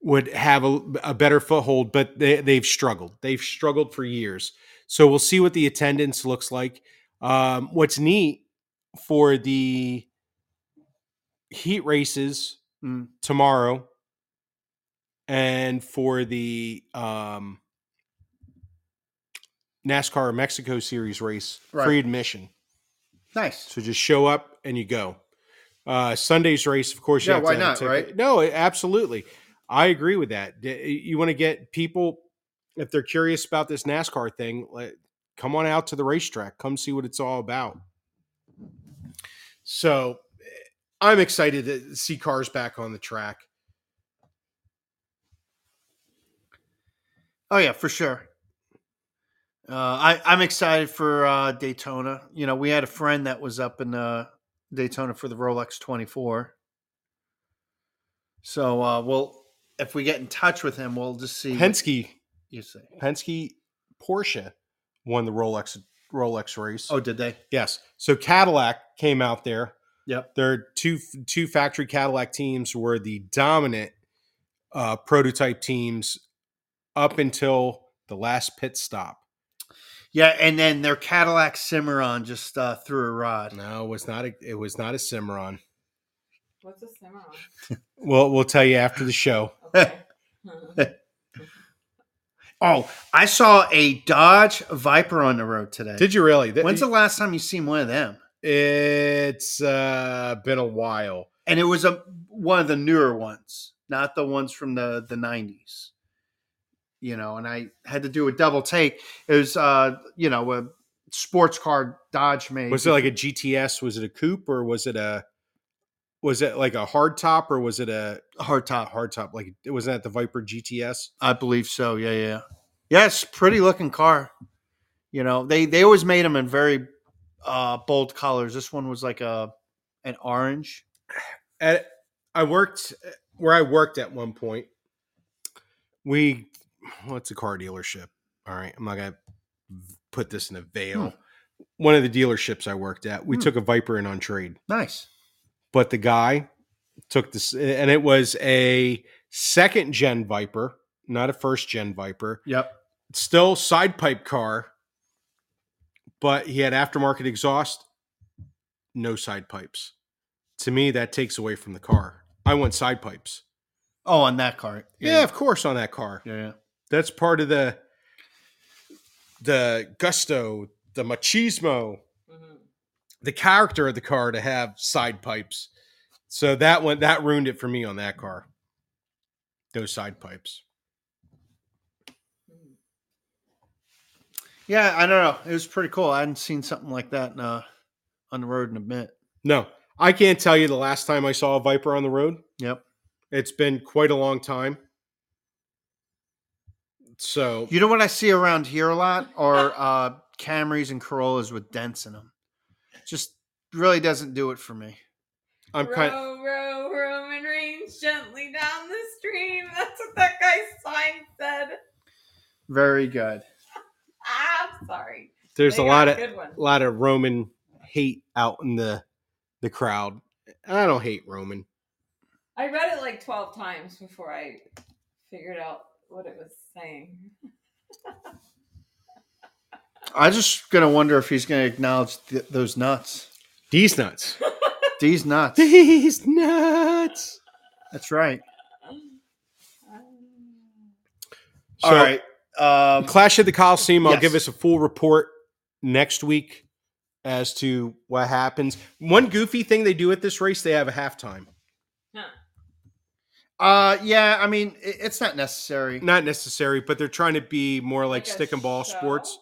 would have a, a better foothold, but they, they've struggled. They've struggled for years. So we'll see what the attendance looks like. Um, what's neat for the heat races Mm. tomorrow and for the um, NASCAR Mexico Series race, Right. free admission. Nice. So just show up and you go. Uh, Sunday's race, of course, you Yeah, have to why have a not, ticket. right? No, it- absolutely. I agree with that. D- You want to get people if they're curious about this NASCAR thing, let, come on out to the racetrack. Come see what it's all about. So eh, I'm excited to see cars back on the track. Oh yeah, for sure. Uh, I, I'm excited for uh, Daytona. You know, we had a friend that was up in uh, Daytona for the Rolex 24. So uh, we'll, if we get in touch with him, we'll just see. what Penske, you say. Penske, Porsche won the Rolex Rolex race. Oh, did they? Yes. So Cadillac came out there. Yep. Their two two factory Cadillac teams were the dominant uh, prototype teams up until the last pit stop. Yeah, and then their Cadillac Cimarron just uh, threw a rod. No, it was not a it was not a Cimarron. What's a Cimarron? Well, we'll tell you after the show. Okay. (laughs) Oh, I saw a Dodge Viper on the road today. Did you really? Th- When's the last time you seen one of them? It's uh, been a while. And it was a one of the newer ones, not the ones from the the nineties. You know, and I had to do a double take. It was, uh, you know, a sports car Dodge made. Was it like a GTS? Was it a coupe or was it a was it like a hard top or was it a hard top? Hard top. Like it wasn't that the Viper GTS? I believe so. Yeah, yeah. Yes, pretty looking car. You know, they they always made them in very uh bold colors. This one was like a an orange. at I worked where I worked at one point. We what's a car dealership? All right, I'm not gonna put this in a veil. One of the dealerships I worked at, we Hmm. took a Viper in on trade, Nice. but the guy took this, and it was a second gen Viper, not a first gen Viper. Yep. Still side pipe car, but he had aftermarket exhaust, no side pipes. To me, that takes away from the car. I want side pipes. Oh, on that car. Yeah, of course, on that car. Yeah. yeah. That's part of the the gusto, the machismo, Mm-hmm. the character of the car to have side pipes. So that one that ruined it for me on that car. Those side pipes. Yeah, I don't know. It was pretty cool. I hadn't seen something like that in, uh, on the road in a bit. No, I can't tell you the last time I saw a Viper on the road. Yep. It's been quite a long time. So You know what I see around here a lot are uh, Camrys and Corollas with dents in them. Just really doesn't do it for me. I'm row, kind row, Roman rain gently down the stream. That's what that guy's sign said. Very good. Ah, I'm sorry. There's They a got lot of good one. a lot of Roman hate out in the the crowd. I don't hate Roman. I read it like 12 times before I figured out what it was saying. I just gonna wonder if he's gonna acknowledge th- those nuts. These nuts. These nuts. (laughs) These nuts. That's right. So, All right. Um, Clash at the Coliseum. I'll Yes. give us a full report next week as to what happens. One goofy thing they do at this race, they have a halftime. uh, yeah. I mean, i it's not necessary. Not necessary, but they're trying to be more like, Like a stick and ball show? (laughs) sports.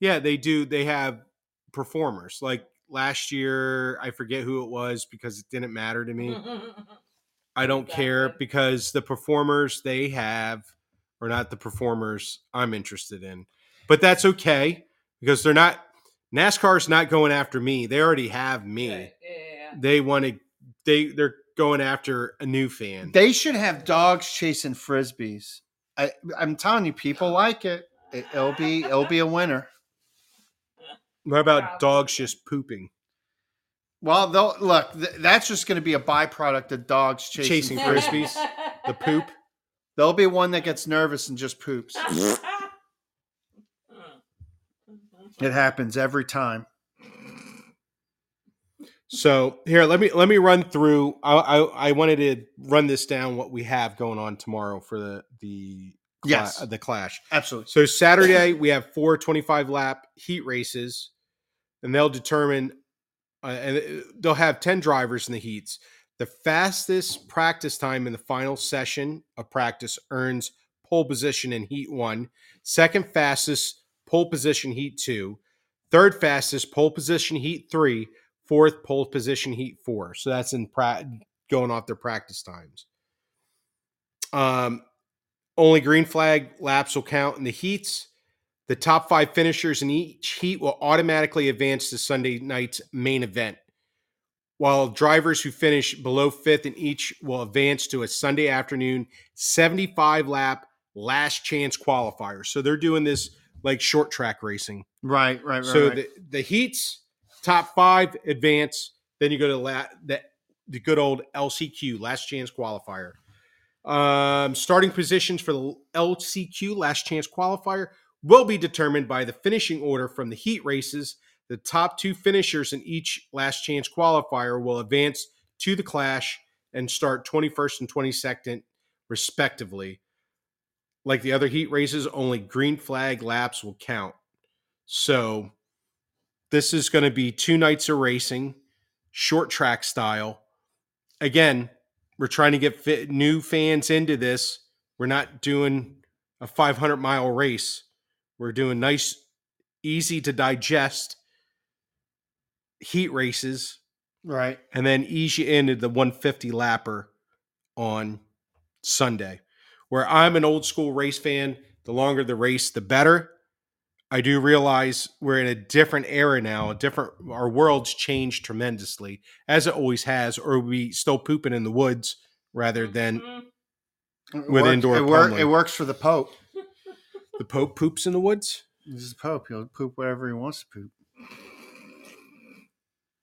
Yeah, they do. They have performers. Like last year, I forget who it was because it didn't matter to me. I don't care Exactly. because the performers they have are not the performers I'm interested in. But that's okay because they're not NASCAR's not going after me. They already have me. Right, yeah, yeah, yeah. They want to they they're going after a new fan. They should have dogs chasing frisbees. I, I'm telling you, people like it. Eh, it. It'll be it'll be a winner. what about Probably. dogs just pooping? Well, they'll look. Th- that's just going to be a byproduct of dogs chasing, (laughs) Chasing frisbees. frisbee. Frisbees, The poop? There'll be one that gets nervous and just poops. It happens every time. So here, let me let me run through. I, I I wanted to run this down what we have going on tomorrow for the the cla- Yes. the clash. Absolutely. So Saturday we have four 25 lap heat races, and they'll determine, uh, and uh, they'll have 10 drivers in the heats. The fastest practice time in the final session of practice earns pole position in heat one, second fastest pole position heat two, third fastest pole position heat three, fourth pole position heat four. So that's in pra- going off their practice times. Um, only green flag laps will count in the heats. The top five finishers in each heat will automatically advance to Sunday night's main event, while drivers who finish below fifth in each will advance to a Sunday afternoon 75 lap last chance qualifier. So they're doing this like short track racing. Right. Right. Right. so right. The, the heats, top five advance. Then you go to la- the the good old LCQ, last chance qualifier. Um, starting positions for the LCQ, last chance qualifier, will be determined by the finishing order from the heat races. The top two finishers in each last chance qualifier will advance to the clash and start 21st and 22nd, respectively. Like the other heat races, only green flag laps will count. So this is going to be two nights of racing, short track style. Again, we're trying to get fit, new fans into this. We're not doing a 500 mile race. We're doing nice, easy to digest heat races, right. and then ease you into the 150 lapper on Sunday. Where I'm an old school race fan, the longer the race, the better. I do realize we're in a different era now. A different our world's changed tremendously, as it always has, or we still pooping in the woods (laughs) rather than It With indoor It, wor- pummeling. it works for the Pope. the Pope poops in the woods. He's the Pope. He'll poop whatever he wants to poop.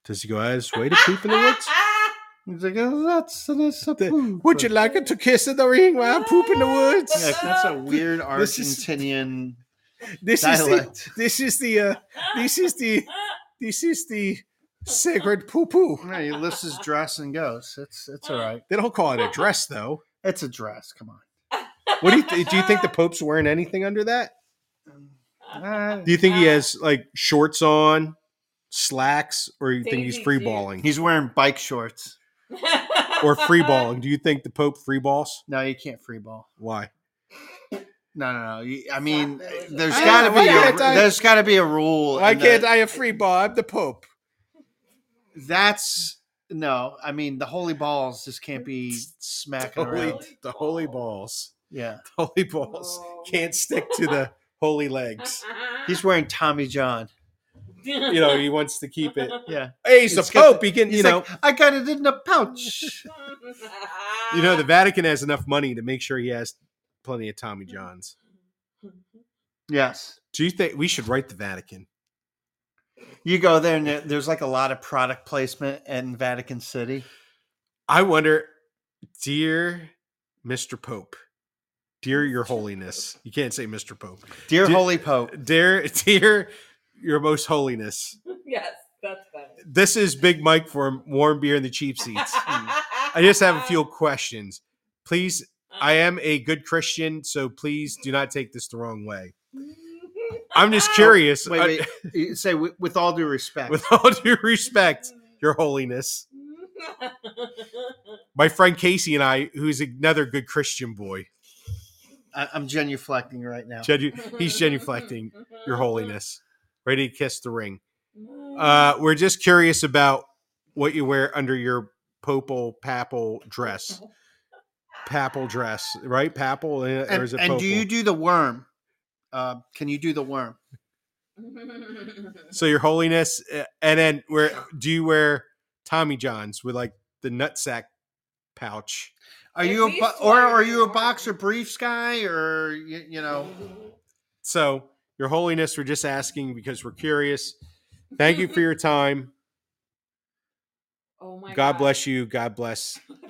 Does he go out of his way to poop in (laughs) the woods? He's like, oh, that's that's a poop. Would you like it to kiss in the ring while I poop in the woods? Yeah, (laughs) that's a weird This is- Argentinian (laughs) This is the, dialect. this is the uh, this is the this is the sacred poo poo. Yeah, he lifts his dress and goes. It's it's all right. They don't call it a dress though. It's a dress. Come on. What do you th- do? You think the Pope's wearing anything under that? Ah. Do you think he has like shorts on, slacks, or you think he's Daisy free Duke. balling He's wearing bike shorts. or (laughs) free balling? Do you think the Pope free balls? No, you can't free ball. Why? No, no, no. You- I mean, Sacrilegious. there's Ah, got to why be a, can't I- there's got to be a rule. Why in the- can't I have free ball? I'm the Pope. That's no. I mean, the holy balls just can't be smacking The holy, around. the holy balls, Yeah, the holy (laughs) balls Oh. can't stick to the holy legs. he's wearing Tommy John. You know, he wants to (laughs) keep it. Yeah, Hey, he's the It's got Pope. He can, he's you know. like, I got it in the pouch. You know, the Vatican has enough money to make sure he has plenty of Tommy Johns. (laughs) Yes. Do you think we should write the Vatican? You go there and there- there's like a lot of product placement in Vatican City. I wonder, dear Mr. Pope, dear Your Holiness, you can't say Mr. Pope, Dear Do- Holy Pope. dear, dear Your Most Holiness. yes, that's funny. This is Big Mike for warm beer and the cheap (laughs) seats. I just have a few questions. Please, I am a good Christian, so please do not take this the wrong way. (laughs) I'm just curious. uh, Wait, wait. uh, (laughs) You say with, with all due (laughs) respect. With all due respect, (laughs) Your Holiness, my friend Casey and I, who's another good Christian boy, I, I'm genuflecting right now. genu- he's (laughs) genuflecting. (laughs) Your Mm-hmm. Holiness, ready to kiss the ring. Uh, we're just curious about what you wear under your popal papal dress. Papal dress, right? Papal, eh, or and is it? and do you popal? do the worm? Uh, can you do the worm? So, Your Holiness, eh, and then where do you wear Tommy Johns with like the nutsack pouch? Are At you a least bo- or one are you a worm. boxer briefs guy or you, you know? So, Your Holiness, we're just asking because we're curious. Thank you (laughs) for your time. (laughs) Oh my God bless you. God bless (laughs)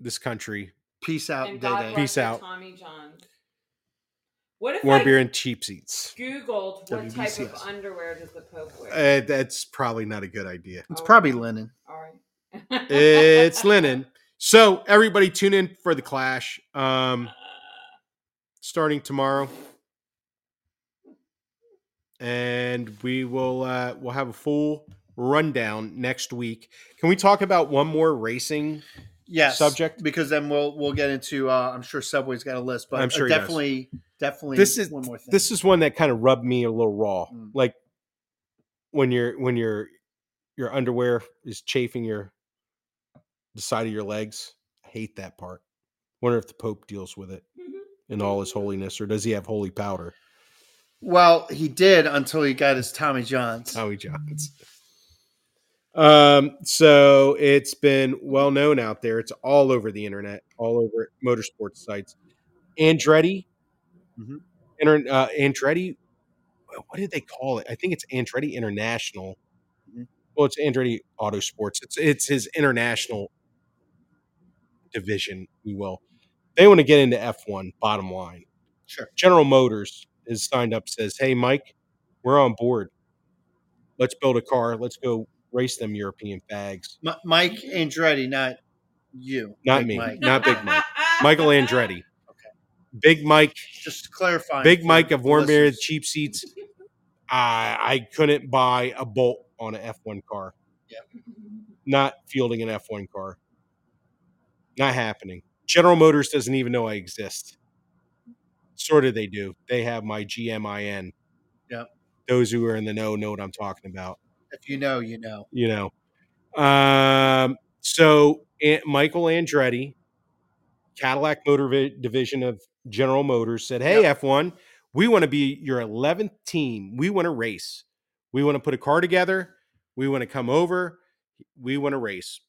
this country. Peace out, And God day day. bless Peace your out. Tommy John's. What if Warm I beer and cheap seats. Googled what type of WBCS. underwear does the Pope wear? Uh, that's probably not a good idea. It's probably linen. All right. (laughs) it's linen. So everybody tune in for the clash. Um starting tomorrow. And we will uh we'll have a full rundown next week. Can we talk about one more racing? Yes. Subject? because then we'll we'll get into. Uh, I'm sure Subway's got a list, but I'm I'm sure sure he does. definitely definitely This is- one more thing. This is one that kind of rubbed me a little raw. Mm. Like when your when your your underwear is chafing your the side of your legs. I hate that part. Wonder if the Pope deals with it in all his holiness, or does he have holy powder? well, he did until he got his Tommy Johns. Tommy Johns. Um, so it's been well known out there. It's all over the internet, all over motorsports sites. Andretti, Mhm. inter, uh, Andretti, what did they call it? I think it's Andretti International. Mhm. Well, it's Andretti Autosports. It's it's his international division. We will. They want to get into F one. Bottom line, Sure. General Motors is signed up. Says, hey, Mike, we're on board let's build a car. Let's go race them European fags. M- Mike Andretti, not you. Not Big me. Mike. Not Big Mike. Michael Andretti. Big Mike, Just clarifying. Big for Mike of the Warm Beer listeners. Cheap Seats. I I couldn't buy a bolt on an F1 car. Not fielding an F1 car. Not happening. General Motors doesn't even know I exist. Sort of they do. They have my GMIN. Yep. Those who are in the know know what I'm talking about. If you know, you know. you know. Um, so Aunt Michael Andretti, Cadillac Motor Vi- Division of General Motors, said, "Hey F1, we want to be your 11th team. We want to race. We want to put a car together. We want to come over. We want to race.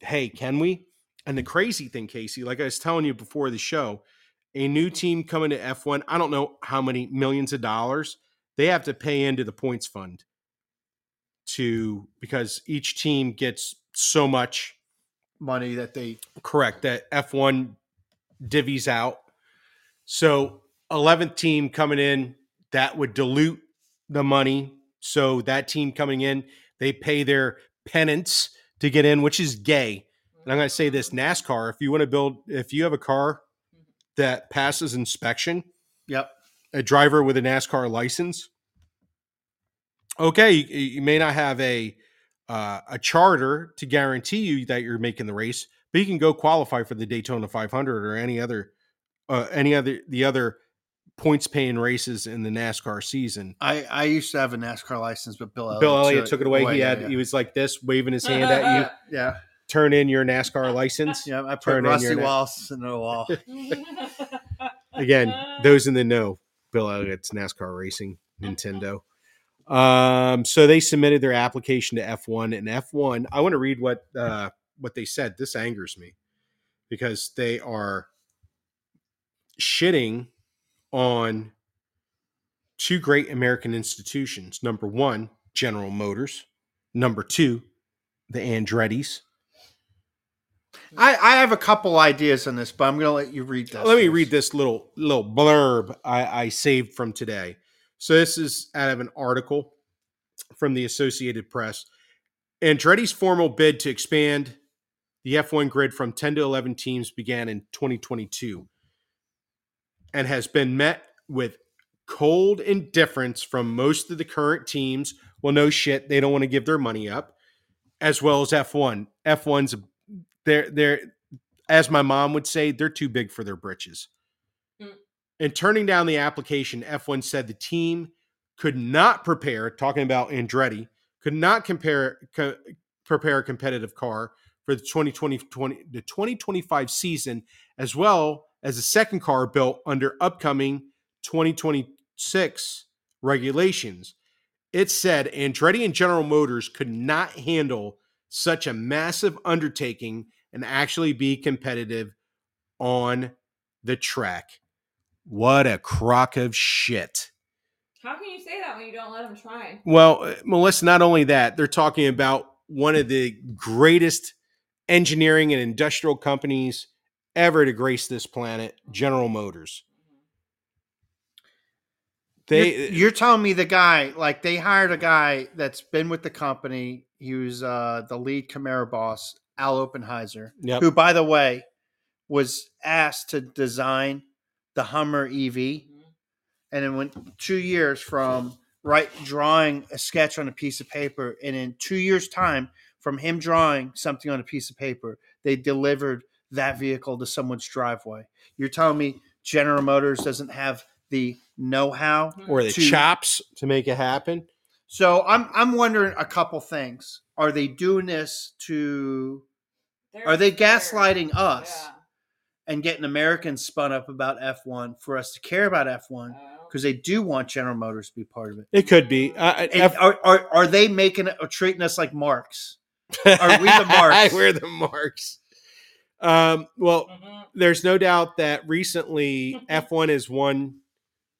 Hey, can we?" And the crazy thing, Casey, like I was telling you before the show, a new team coming to F1, I don't know how many millions of dollars they have to pay into the points fund to because each team gets so much Money that they correct that F1 divvies out. So 11th team coming in that would dilute the money. So that team coming in, they pay their penance to get in, which is gay. And I'm going to say this NASCAR, if you want to build if you have a car that passes inspection, Yep. a driver with a NASCAR license. Okay, you, you may not have a uh, a charter to guarantee you that you're making the race, but you can go qualify for the Daytona 500 or any other uh, any other the other points paying races in the NASCAR season. I, I used to have a NASCAR license, but Bill Elliott Bill Elliott took it away. He yeah, had yeah. he was like this, waving his (laughs) hand at you. yeah Turn in your NASCAR license. yeah. I put Turn in your Rusty neck. Wallace in (laughs) the wall. (laughs) again, Uh, those in the know, Bill Elliott's NASCAR Racing, Nintendo. Um, so they submitted their application to F1, and F1. I want to read what uh, what they said. This angers me because they are shitting on two great American institutions. Number one, General Motors. Number two, the Andretti's. I, I have a couple ideas on this, but I'm going to let you read this. Let me first. read this little little blurb I, I saved from today. So this is out of an article from the Associated Press. Andretti's formal bid to expand the F1 grid from 10 to 11 teams began in 2022 and has been met with cold indifference from most of the current teams. Well, no shit, they don't want to give their money up, as well as F1. F1's they're they're as my mom would say, they're too big for their britches. Mm. In turning down the application, F1 said the team could not prepare, talking about Andretti, could not compare co- prepare a competitive car for the 2020 20 the 2025 season as well as a second car built under upcoming 2026 regulations. It said Andretti and General Motors could not handle such a massive undertaking and actually be competitive on the track. What a crock of shit. How can you say that when you don't let them try? Well, uh, Melissa, not only that, they're talking about one of the greatest engineering and industrial companies ever to grace this planet, General Motors. They uh, you're, you're telling me the guy like they hired a guy that's been with the company. He was uh, the lead Camaro boss, Al Oppenheiser, Yep. who, by the way, was asked to design the Hummer EV, and it went two years from right drawing a sketch on a piece of paper, and in two years' time, from him drawing something on a piece of paper, they delivered that vehicle to someone's driveway. You're telling me General Motors doesn't have the know-how Mm-hmm. or the to- chops to make it happen. so I'm I'm wondering a couple things. Are they doing this to They're are they scared. gaslighting us Yeah. and getting Americans spun up about F1 for us to care about F1 Oh. because they do want General Motors to be part of it? It could be. Uh, And are, are are they making or treating us like marks? are we (laughs) the marks? We're the marks. Um, well, Mhm. there's no doubt that recently F1 has won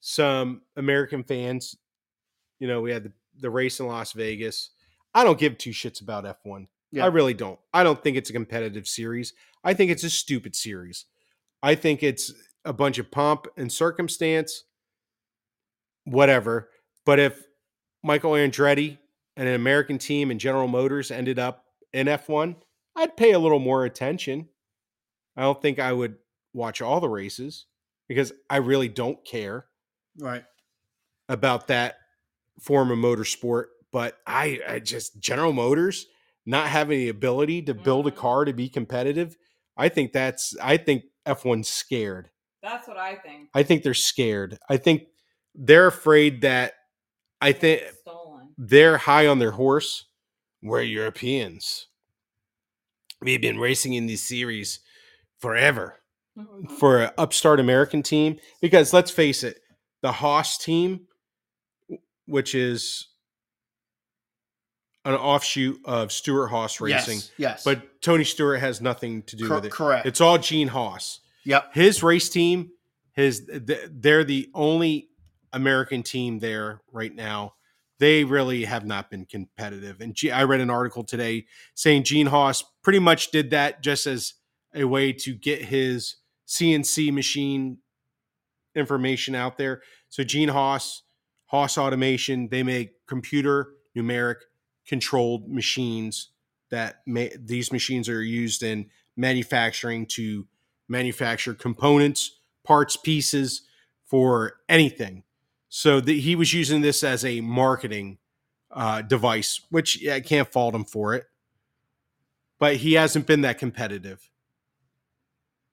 some American fans. You know, we had the, the race in Las Vegas. I don't give two shits about F1. Yeah. I really don't. I don't think it's a competitive series. I think it's a stupid series. I think it's a bunch of pomp and circumstance, whatever. But if Michael Andretti and an American team and General Motors ended up in F1, I'd pay a little more attention. I don't think I would watch all the races because I really don't care Right. about that form of motorsport. But I, I just General Motors not having the ability to build a Mhm. car to be competitive. I think that's I think F1's scared. That's what I think. I think they're scared. I think they're afraid that I think It's stolen. they're high on their horse. We're Europeans. We've been racing in this series forever for an upstart American team. Because let's face it, the Haas team, w- which is an offshoot of Stuart Haas racing, Yes. Yes. but Tony Stewart has nothing to do Cor- with it. correct. It's all Gene Haas. yep. His race team, his th- they're the only American team there right now. They really have not been competitive. And G- I read an article today saying Gene Haas pretty much did that just as a way to get his CNC machine information out there. So Gene Haas, Haas Automation, they make computer numeric controlled machines that ma- these machines are used in manufacturing to manufacture components, parts, pieces for anything. So the, he was using this as a marketing uh, device, which yeah, I can't fault him for it. But he hasn't been that competitive.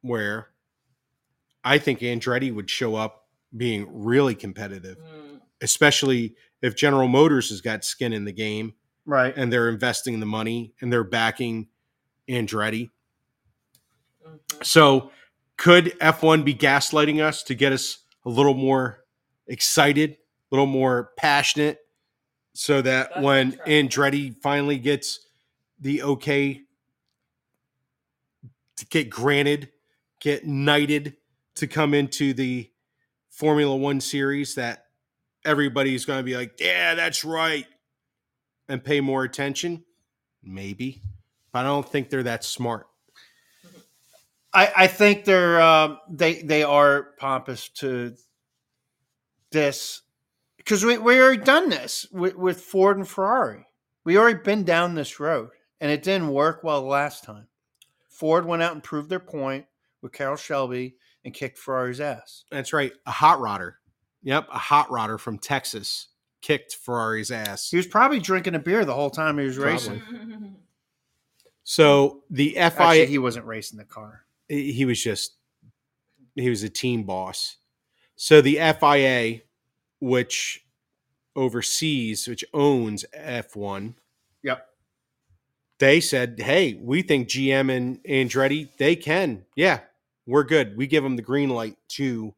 Where I think Andretti would show up being really competitive, Mhm. especially if General Motors has got skin in the game Right. and they're investing the money and they're backing Andretti. Mhm. So, could F1 be gaslighting us to get us a little more excited, a little more passionate, so that That's when interesting. Andretti finally gets the okay to get granted, get knighted to come into the Formula One series that everybody's going to be like, yeah, that's right, and pay more attention? Maybe. But I don't think they're that smart. I, I think they're um, they they are pompous to this because we we already done this with, with Ford and Ferrari. We already been down this road, and it didn't work well last time. Ford went out and proved their point with Carol Shelby and kicked Ferrari's ass. That's right. A hot rodder. Yep. A hot rodder from Texas kicked Ferrari's ass. He was probably drinking a beer the whole time he was racing. (laughs) So the FIA. Actually, he wasn't racing the car. he he was just he was a team boss. So the FIA, which oversees, which owns F1, Yep. they said, "Hey, we think GM and Andretti they can. Yeah, we're good. We give them the green light to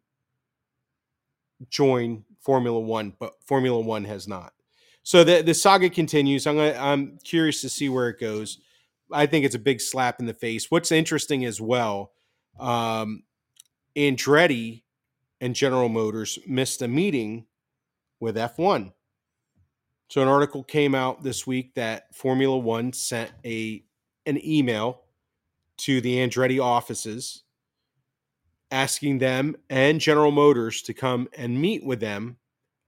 join Formula 1, but Formula 1 has not." So the the saga continues. I'm gonna, I'm curious to see where it goes. I think it's a big slap in the face. What's interesting as well, um, Andretti and General Motors missed a meeting with F1. So an article came out this week that Formula One sent a an email to the Andretti offices asking them and General Motors to come and meet with them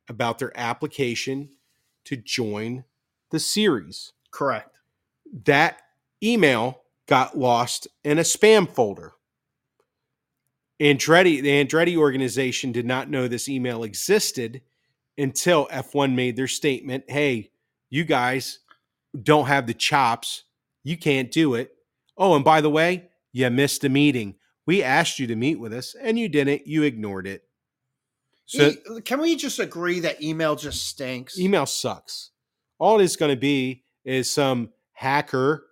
about their application to join the series Correct. that email got lost in a spam folder. Andretti, the Andretti organization did not know this email existed until F1 made their statement hey, you guys don't have the chops. You can't do it. Oh, and by the way, you missed the meeting. We asked you to meet with us and you didn't. You ignored it. So, E- can we just agree that email just stinks? email sucks. All it's going to be is some hacker,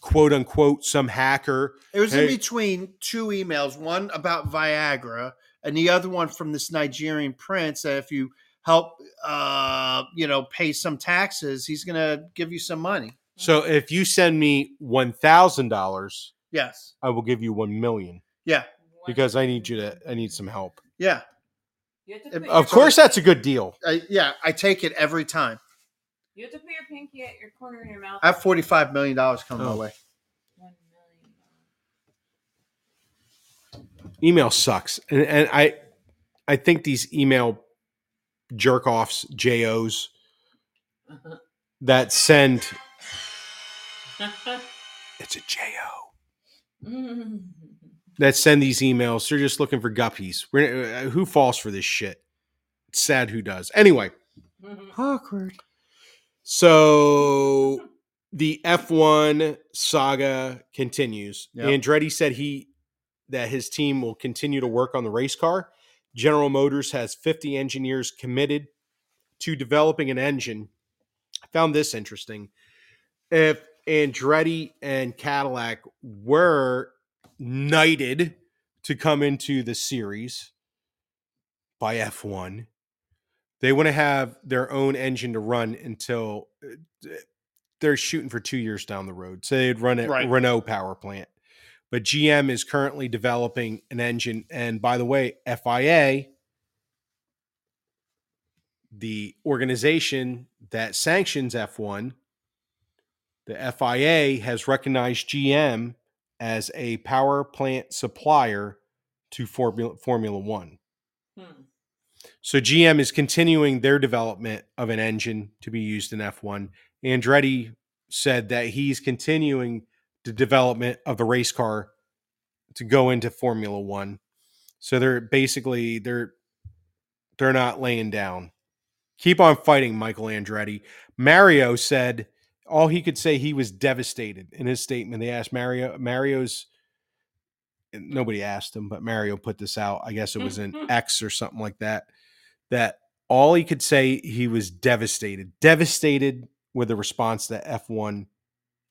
quote unquote, some hacker. It was in Hey. between two emails, one about Viagra and the other one from this Nigerian prince that if you help uh you know pay some taxes, he's gonna give you some money. So if you send me one thousand dollars, Yes. I will give you one million Yeah. because I need you to. I need some help. Yeah. You have to put Of your- course, that's a good deal. I, yeah, I take it every time. You have to put your pinky at your corner in your mouth. I have forty five million dollars coming my Oh. way. One million dollars. Email sucks, and, and I, I think these email jerk offs, jos that send. It's a jo. that send these emails. They're just looking for guppies. We're, uh, who falls for this shit? It's sad who does. Anyway, Awkward. so the F1 saga continues. Yeah. Andretti said he that his team will continue to work on the race car. General Motors has 50 engineers committed to developing an engine. I found this interesting. If Andretti and Cadillac were knighted to come into the series by F1, they want to have their own engine to run until uh, they're shooting for two years down the road. So they'd run at Right. Renault power plant. But GM is currently developing an engine. And by the way, FIA, the organization that sanctions F1, the FIA has recognized GM as a power plant supplier to Formula, Formula One. So GM is continuing their development of an engine to be used in F1. Andretti said that he's continuing the development of the race car to go into Formula 1. So they're basically they're they're not laying down. Keep on fighting, Michael Andretti. Mario said all he could say he was devastated in his statement. They asked Mario Mario's nobody asked him, but Mario put this out. I guess it was in X or something like that that all he could say he was devastated, devastated with the response that F1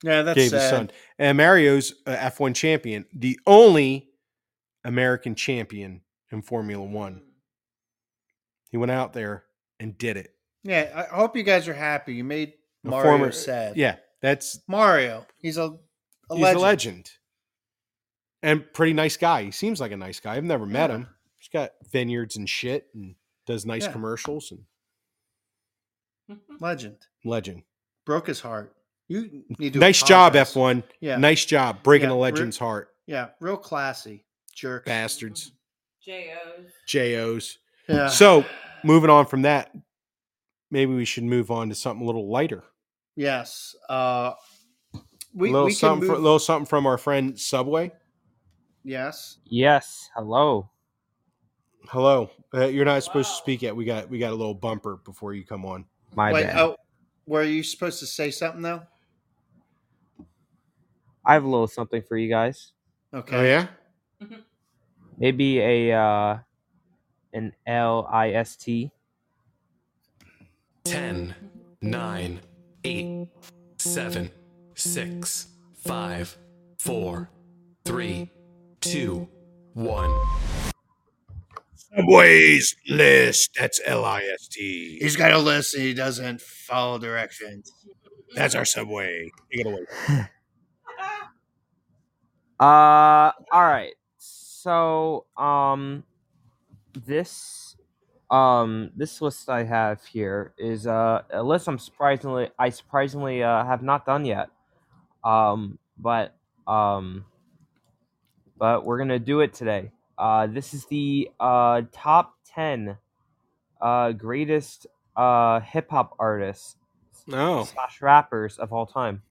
Yeah, that's gave his sad. son. And Mario's a F1 champion, the only American champion in Formula Hmm. One. (laughs) He went out there and did it. Yeah, I hope you guys are happy. You made A Mario former- sad. Yeah, that's Mario. He's a, a he's legend. a legend. and pretty nice guy. He seems like a nice guy. I've never met him. He's got vineyards and shit, and does nice Yeah. commercials and Legend. legend. Broke his heart. You need to Nice job, apologize. F one. Yeah. Nice job breaking Yeah, a re- legend's heart, Yeah. Real classy. Jerk. bastards. (laughs) JOs. Jo's. Yeah. So moving on from that, maybe we should move on to something a little lighter. yes. Uh A we, little we can something, move, fr- little something from our friend Subway. yes. Yes. Hello. Hello, uh, you're not supposed to Wow. speak yet. We got we got a little bumper before you come on. My Wait, bad. oh were you supposed to say something though? I have a little something for you guys. Okay. Oh, yeah, Maybe a uh, an L I S T. 10, 9, 8, 7, 6, 5, 4, 3, 2, 1. Subway's list. That's L I S T. He's got a list and he doesn't follow directions. That's our Subway. Take it away. Uh, all right. So, um, this, um, this list I have here is uh, a list I'm surprisingly I surprisingly uh, have not done yet. Um, but um, but we're gonna do it today. Uh, this is the uh top ten, uh greatest uh hip hop artists No, slash rappers of all time.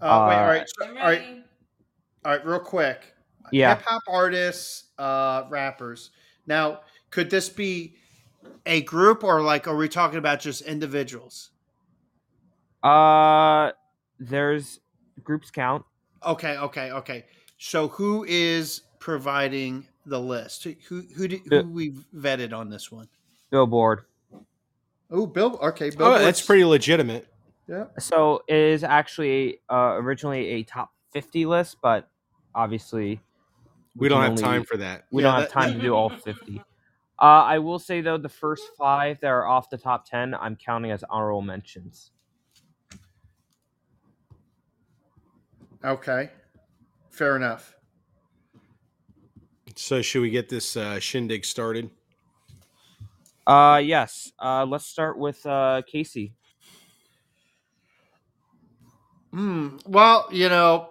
Uh, wait, all Uh, right, so- I'm all right, ready. all right, real quick. Yeah. Hip hop artists, uh, rappers. Now, could this be a group or like are we talking about just individuals? Uh, there's groups count. Okay, okay, okay. So who is providing the list? Who who who, did, Yeah. who we vetted on this one? Billboard. Oh, Bill. Okay, Bill. oh, that's pretty legitimate. Yeah. So it is actually uh, originally a top 50 list, but obviously We don't can have only- time for that. we Yeah, don't that- have time to (laughs) do all 50. Uh, I will say though, the first five that are off the top 10, I'm counting as honorable mentions. Okay. Fair enough. So should we get this uh, shindig started? Uh, yes. Uh, let's start with uh, Casey. Hmm. Well, you know,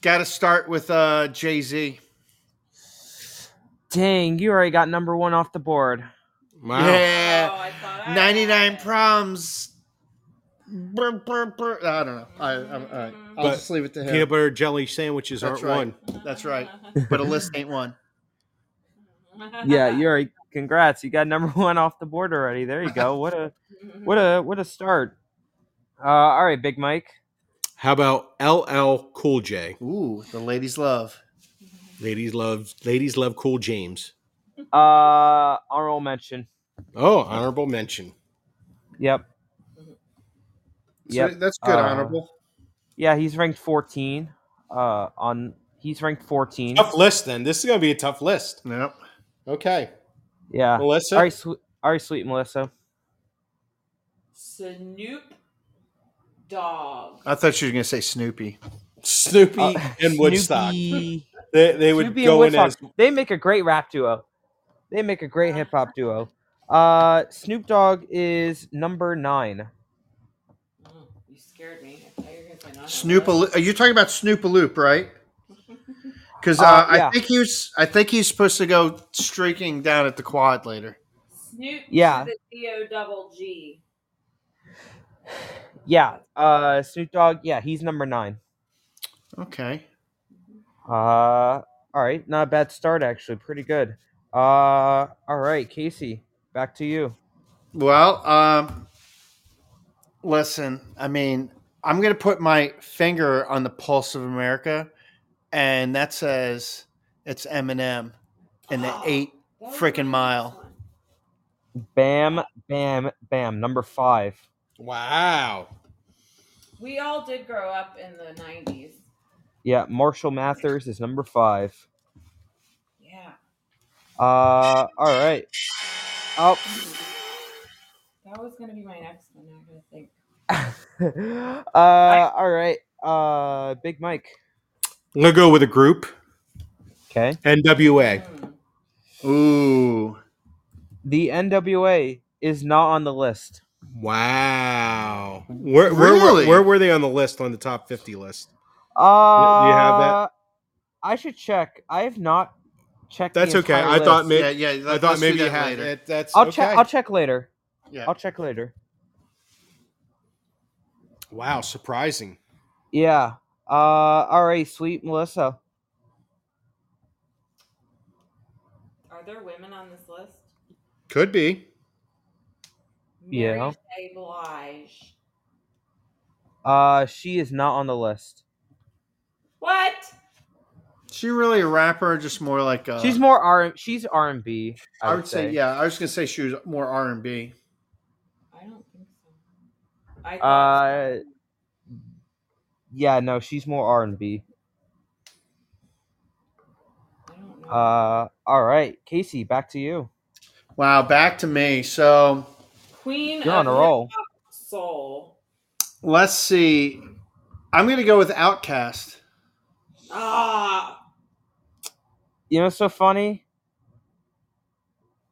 got to start with uh, Jay Z. Dang, you already got number one off the board. Wow. Yeah. Oh, I thought I 99 had it. problems. Brr, brr, brr. I don't know. I, I'm, all right. I'll But just leave it to him. Peanut butter jelly sandwiches That's aren't right. one. (laughs) That's right. but a list ain't one. (laughs) Yeah, you already. Congrats, you got number (laughs) one off the board already. There you go. What a what a what a start. Uh, all right, Big Mike. How about LL Cool J? Ooh, the ladies love. Ladies love ladies love Cool James. Uh, honorable mention. Oh, honorable mention. Yep. So Yep. That's good, Um, Uh, honorable. Yeah, he's ranked 14. Uh, on he's ranked 14. Tough list. Then this is gonna be a tough list. Yep. Okay, Yeah. All Melissa. right, sweet. All right, sweet Melissa. Snoop Dogg. I thought you were going to say Snoopy. Snoopy Uh, and Woodstock. Snoopy- They, they would Snoopy and go in Woodstock. as They make a great rap duo. They make a great hip hop duo. Uh, Snoop Dogg is number nine. Oh, you scared me. I thought you were gonna say nine. Snoop, are you uh, talking about Snoop Loop, right? Because uh, Uh, yeah. I think he was, I think he's supposed to go streaking down at the quad later. Snoop. To Yeah. the D-O double G. Yeah. Uh, Snoop Dogg. Yeah, he's number nine. Okay, Uh, all right, not a bad start actually, pretty good. Uh, all right, Casey, back to you. well, um, listen, I mean, I'm going to put my finger on the pulse of America, and that says it's Eminem and the eight. That was Frickin' my mile. next one. Bam, bam, bam. Number five. wow. We all did grow up in the 90s. Yeah, Marshall Mathers is number five. Yeah. Uh, all right. Oh, (laughs) That was going to be my next one. I'm going to think. uh, all right. Uh, Big Mike. I'm gonna go with a group. Okay. NWA. Hmm. Ooh. The NWA is not on the list. Wow. Where, where, were Really? where were they on the list on the top fifty list? Uh, do you have that? I should check. I have not checked. the That's okay. entire I thought list. may- yeah, yeah. I let- thought let's do maybe you that had later. it. That's I'll okay. check. I'll check later. Yeah. I'll check later. wow, surprising. Yeah. Uh. All right. Sweet Melissa. Are there women on this list? Could be. Mary Yeah. J. Blige. Uh. She is not on the list. What? She really a rapper, just more like a, she's more R. She's R and B. I would, say, yeah. I was gonna say she was more R and B. I don't think so. I thought Uh. Yeah. No. She's more R and B. so. I don't know. Uh. All right. Casey, back to you. Wow, back to me. So Queen You're on of a roll. Soul. let's see. I'm gonna go with Outcast. Ah, You know what's so funny?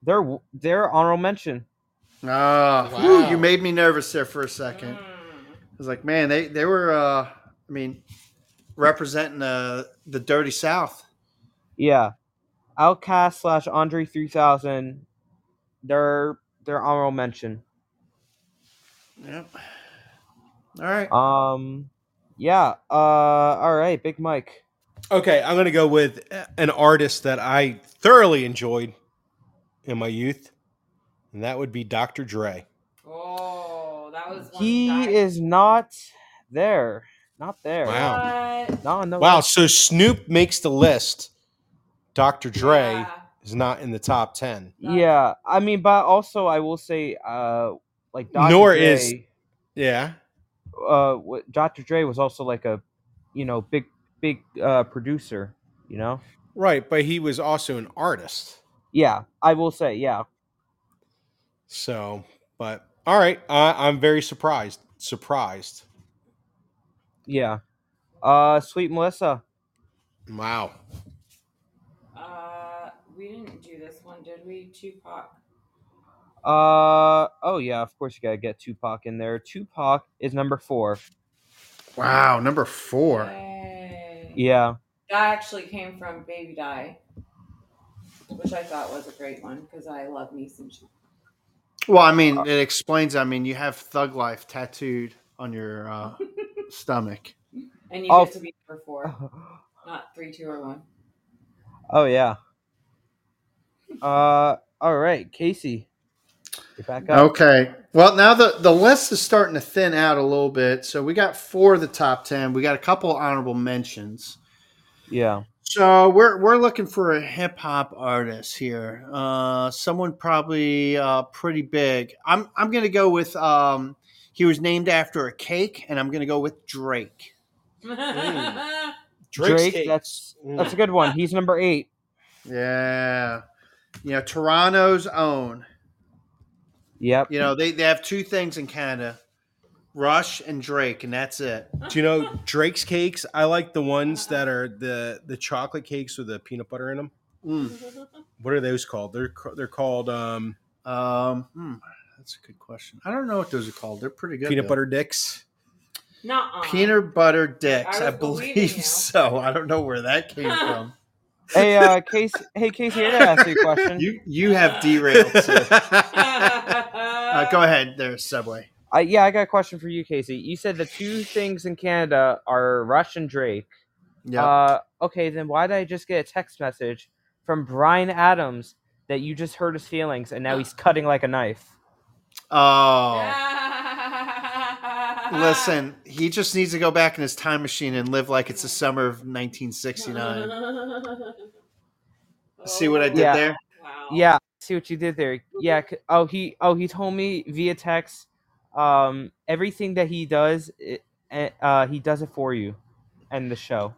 They're they're honorable mention. Ah, Wow. whew, you made me nervous there for a second. I mm. was like, man, they they were. Uh, I mean, representing uh, the dirty South. Yeah, Outcast slash Andre three thousand. They're they're honorable mention. Yep. All right. Um, yeah. Uh, all right, Big Mike. Okay, I'm gonna go with an artist that I thoroughly enjoyed in my youth, and that would be Dr. Dre. Oh, that was one He guy. is not there. Not there. Wow. What? Not on the Wow, list. so Snoop makes the list. Dr. Dre Yeah. is not in the top ten. Yeah, I mean, but also I will say, uh, like Dr. Nor Dre, is- Yeah. uh, wa- Dr. Dre was also like a, you know, big big uh producer. You know. Right, but he was also an artist. Yeah, I will say. Yeah. So, but all right, I, I'm very surprised. Surprised. Yeah. Uh, sweet Melissa. Wow. Uh, we didn't do this one, did we? Tupac. Uh, oh yeah, of course you gotta get Tupac in there. Tupac is number four. Wow, number four. Yay. Yeah. (laughs) That actually came from Baby Die, which I thought was a great one because I love me some shit. Well, I mean, it explains. I mean, you have Thug Life tattooed on your uh, stomach. And you Oh. get to be number four, not three, two, or one. Oh yeah. Uh, all right, Casey. You're back up. Okay. Well, now the the list is starting to thin out a little bit. So we got four of the top ten. We got a couple honorable mentions. Yeah. So we're we're looking for a hip hop artist here. Uh, someone probably uh, pretty big. I'm I'm gonna go with. Um, he was named after a cake, and I'm gonna go with Drake. Mm. Drake's Drake, cake. that's Mm. that's a good one. He's number eight. Yeah. You know, Toronto's own. Yep. You know, they, they have two things in Canada Rush and Drake, and that's it. Do you know Drake's cakes? I like the ones that are the the chocolate cakes with the peanut butter in them. Mm. What are those called? They're ca- they're called um, Um, hmm, that's a good question. I don't know what those are called. They're pretty good. peanut though. butter dicks. (laughs) Nuh-uh. (laughs) Peanut butter dicks. I I, was believing believe you. so. I don't know where (laughs) that came from. Hey, uh, Casey. Hey, Casey. I gotta ask you a question. You you have derailed. (laughs) so- Uh, (laughs) go ahead there, Subway. I yeah, I got a question for you, Casey. You said the two things in Canada are Rush and Drake. Yeah. Uh, okay, then why did I just get a text message from Brian Adams that you just hurt his feelings and now he's cutting like a knife? oh. Listen, he just needs to go back in his time machine and live like it's the summer (laughs) of 1969. See what I did Yeah. there? Oh. Wow. (laughs) Yeah, I see what you did there. Yeah. c- Oh, he oh he told me via text. Um, everything that he does, it, eh, uh, he does it for you, and the show.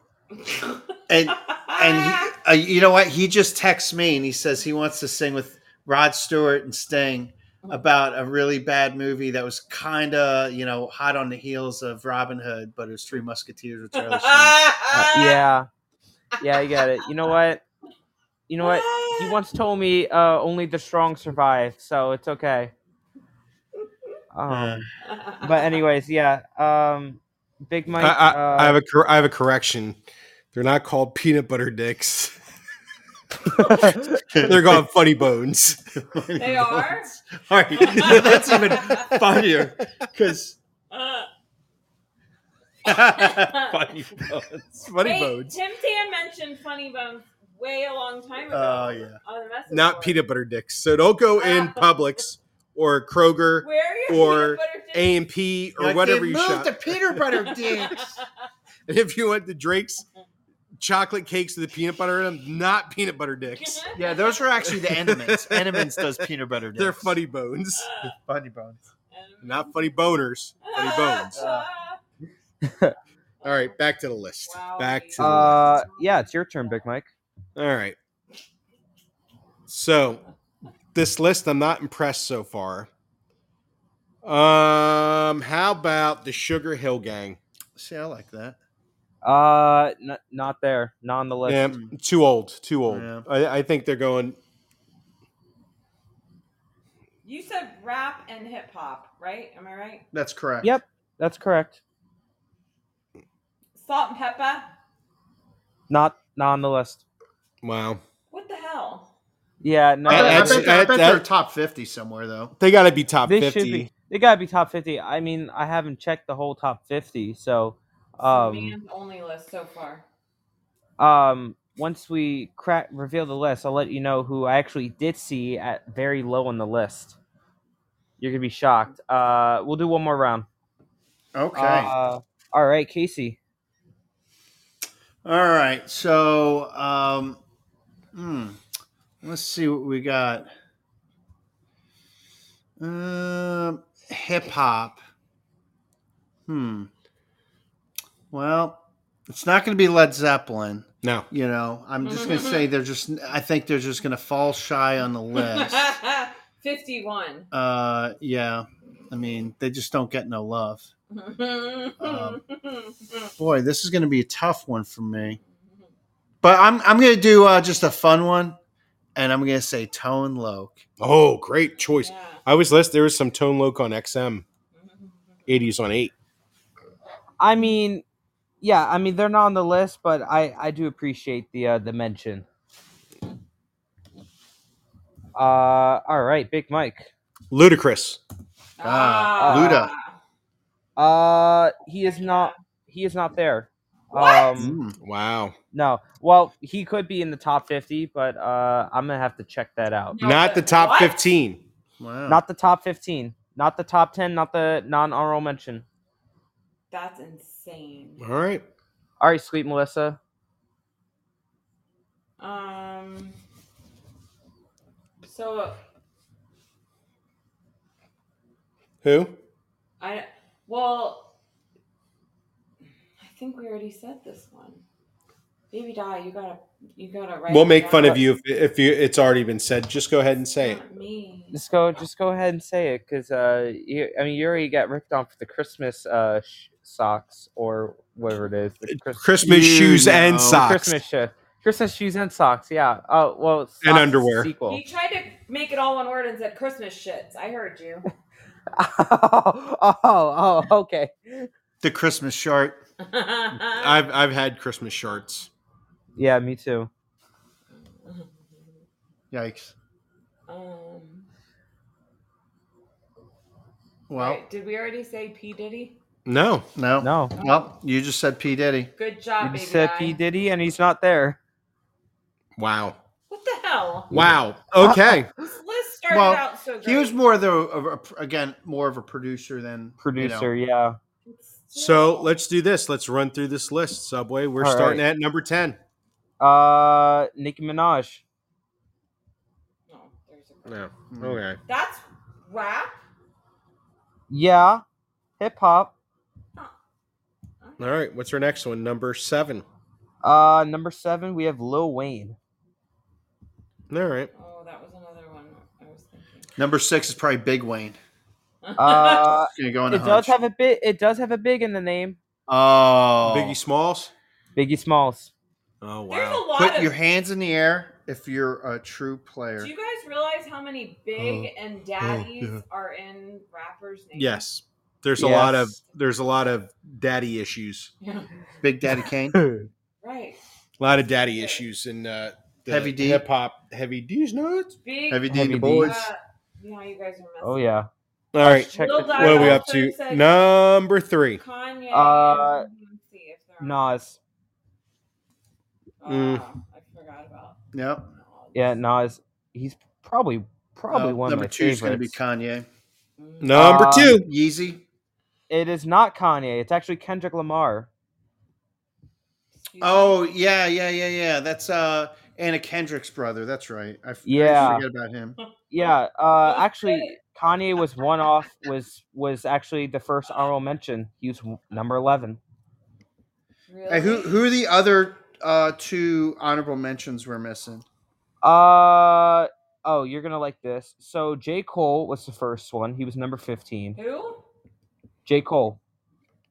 And and he, uh, you know what? He just texts me and he says he wants to sing with Rod Stewart and Sting about a really bad movie that was kind of you know hot on the heels of Robin Hood, but it was Three Musketeers (laughs) with Charlie Sheen. Uh, yeah, yeah, I get it. You know what? You know what? He (laughs) once told me uh, only the strong survive, so it's okay. (sighs) Um, but anyways, yeah. Um, Big Mike. I, I, uh, I have a cor- I have a correction. They're not called peanut butter (laughs) dicks. They're called funny bones. They (laughs) (laughs) are? All right, that's even funnier because Uh. funny (laughs) bones. Funny Wait, bones. Tim Tam mentioned Funny Bones way a long time ago. Oh yeah. On the message not board. peanut butter dicks. So don't go (laughs) in Publix or Kroger, Where are your or peanut butter dicks? A and P, or whatever you shop. Peter Butter (laughs) And (laughs) if you went to Drake's chocolate cakes with the peanut butter in them, not peanut (laughs) butter dicks. yeah, those were actually the (laughs) Enemans. Enemans does peanut butter. Dicks. They're funny bones, Uh, Funny bones. (laughs) um, not funny boners. Funny (laughs) bones. Uh, All right, back to the list. Wow. Back to the uh, yeah, it's your turn, Big Mike. list. All right. So, this list, I'm not impressed so far. Um, how about the Sugar Hill Gang? See, I like that. Uh, n- not there, not on the list. Yeah, too old. Too old. Yeah. I, I think they're going. You said rap and hip hop, right? Am I right? That's correct. Yep, that's correct. Salt and pepper. Not not on the list. Wow, What the hell? Yeah, no. I, bet- I That's- bet, they're- I bet that- they're top fifty somewhere though. they got to be top they should fifty. be. They gotta be top fifty. I mean, I haven't checked the whole top fifty, so um, Man's only list so far. um, once we crack reveal the list, I'll let you know who I actually did see at very low on the list. You're gonna be shocked. Uh, we'll do one more round. Okay. Uh, all right, Casey. All right. So, um, hmm, let's see what we got. Um, hip hop. Hmm. Well, it's not going to be Led Zeppelin. No, You know, I'm just going to say they're just. I think they're just going to fall shy on (laughs) the list. 51. uh, yeah. I mean, they just don't get no love. Um, (laughs) Boy, this is going to be a tough one for me. But I'm I'm gonna do uh, just a fun one, and I'm gonna say Tone Loke. oh, great choice. Yeah. I was list. There was some Tone Loc on XM, (laughs) eighties on eight. I mean, yeah, I mean they're not on the list, but I I do appreciate the uh, the mention. Uh, all right, Big Mike. Ludicrous. Ah, Uh, he is not. He is not there. What? Um, Mm. Wow, no. Well, he could be in the top fifty, but uh, I'm gonna have to check that out. No, not but the top what? fifteen. Wow. Not the top fifteen. Not the top ten. Not the non-honorable mention. That's insane. All right, All right, sweet Melissa. Um. So who? I well, I think we already said this one. Baby, die. You gotta, you gotta write. we'll it make down. fun of you if, if you. It's already been said. Just go ahead and say It's it. not Me. Just go. Just go ahead and say it, because uh, you, I mean, you already got ripped on for the Christmas uh sh- socks or whatever it is. The Christmas. Christmas You shoes know. and socks. Christmas shoes. Christmas shoes and socks. Yeah. Oh well. socks is the underwear. Sequel. (laughs) He tried to make it all one word and said Christmas shits. I heard you. (laughs) oh, oh, oh, okay. the Christmas short. I've I've had Christmas shorts. Yeah, me too. Yikes. (laughs) um, Well, right, did we already say P Diddy? No, no, No. Well, you just said P Diddy. Good job, You baby. said die. P Diddy, and he's not there. wow, What the hell? wow. Okay, This list started Well, out so great. He was more though of a- again more of a producer than Producer, You yeah. It's still- so let's do this. Let's run through this list. Subway. We're All right. starting at number ten. Uh, Nicki Minaj. No, there's a- No. know. Okay. That's rap. Yeah, hip hop. All right. What's our next one? Number seven. Uh, number seven, we have Lil Wayne. All right. Oh, that was another one I was thinking. Number six is probably Big Wayne. (laughs) Uh, It's gonna go in it a does hunch. have a bit. It does have a big in the name. oh, Biggie Smalls. Biggie Smalls. Oh (laughs) There's wow. a lot put of. your hands in the air if you're a true player. do you guys realize how many big Oh, and daddies yeah. are in rappers' names? Yes. There's a lot of Yes. there's a lot of daddy issues. Yeah. Big Daddy (laughs) Kane. (laughs) Right. A lot of daddy issues in uh, the Heavy D. hip hop heavy D's nuts. Big. Heavy D Heavy and the D. boys. uh, yeah, you guys are messing. Oh yeah. All right. Check Lil the- Diamond What are we up also to? said Number three. Kanye. Uh, and- let's see if there are- Nas. Ah, mm. I forgot about. Yep. Nas. Yeah, Nas. He's probably probably Uh, one number of my two is going to be favorites. Kanye. Mm. Number Uh, two. Yeezy. it is not Kanye. It's actually Kendrick Lamar. Excuse Oh me. yeah, yeah, yeah, yeah. That's uh Anna Kendrick's brother. That's right. I, f- I Yeah. forget about him. Yeah. Uh, Who's actually, Kanye was one off. Was was actually the first honorable mention. He was w- number eleven. Really? Hey, who who are the other uh two honorable mentions we're missing? Uh oh, you're gonna like this. So J Cole was the first one. He was number fifteen. Who? J Cole,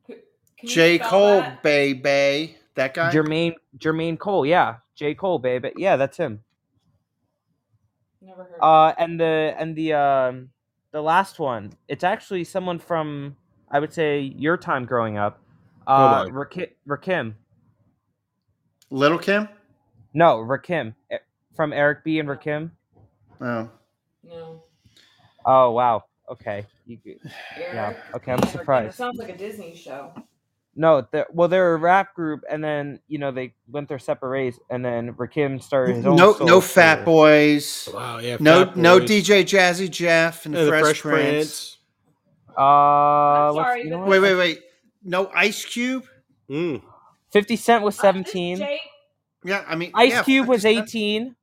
Can you J spell Cole, that? baby. That guy. Jermaine, Jermaine Cole. Yeah, J Cole, baby. Yeah, that's him. Never heard. of Uh, and the and the um the last one. It's actually someone from I would say your time growing up. Uh, Hold Rakim, Rakim. Little Kim. No, Rakim E- from Eric B and Rakim. Oh, it. No. Oh wow. Okay. You, yeah. Eric. Okay. I'm Eric. It surprised. sounds like a Disney show. Uh, No, they're, well, they're a rap group, and then you know they went their separate ways, and then Rakim started his own. no, solo no Fat career. Boys. Wow, yeah. No, Fat no Boys. DJ Jazzy Jeff and, And the Fresh, Fresh Prince. Prince. Uh, I'm let's- sorry, you know but- what? Wait, wait, wait. No Ice Cube. Mm. Fifty Cent was Uh, seventeen. this Jake- Yeah, I mean Ice yeah, Cube was 50 Cent. eighteen.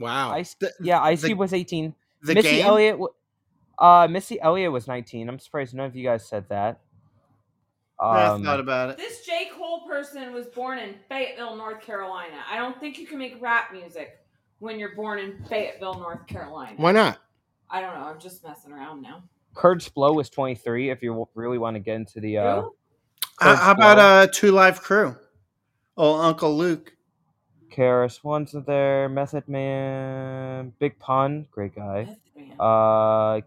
Wow. Ice, The- yeah, Ice the- Cube was eighteen. The Missy game. Elliott, wa- uh, Missy Elliott was nineteen. I'm surprised none of you guys said that. Yeah, Um, I thought about it. This J. Cole person was born in Fayetteville, North Carolina. I don't think you can make rap music when you're born in Fayetteville, North Carolina. Why not? I don't know. I'm just messing around now. Kurt's Blow was twenty three. If you w- really want to get into the, uh, Who? How, First how about Blow. uh, Two Live Crew? Oh, Uncle Luke. Karis One's there, Method Man, Big Pun, great guy. Method Man. Uh,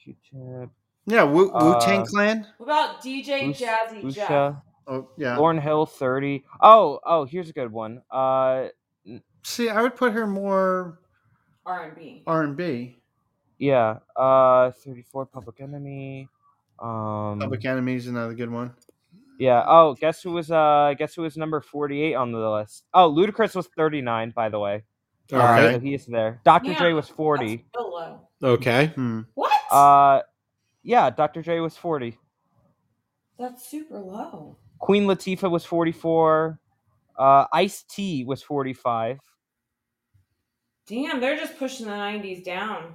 Q- Q-Tip, Yeah, Wu Tang Uh, Clan. what about DJ Us- Jazzy Jeff? Usha, Oh yeah. Lauren Hill, thirty. Oh, oh, here's a good one. Uh, See, I would put her more R&B. R and B. yeah. Uh, thirty-four. Public Enemy. Um, Public Enemy is another good one. yeah. Oh, guess who was uh, guess who was number forty-eight on the list? Oh, Ludacris was thirty-nine, by the way. All Uh, right. so he is there. Dr. Yeah, Dre was That's forty. still low. Okay. Hmm. What? Uh, yeah, Dr. Dre was forty. That's super low. Queen Latifah was 44. Uh, Ice T was 45. Damn, they're just pushing the 90s down.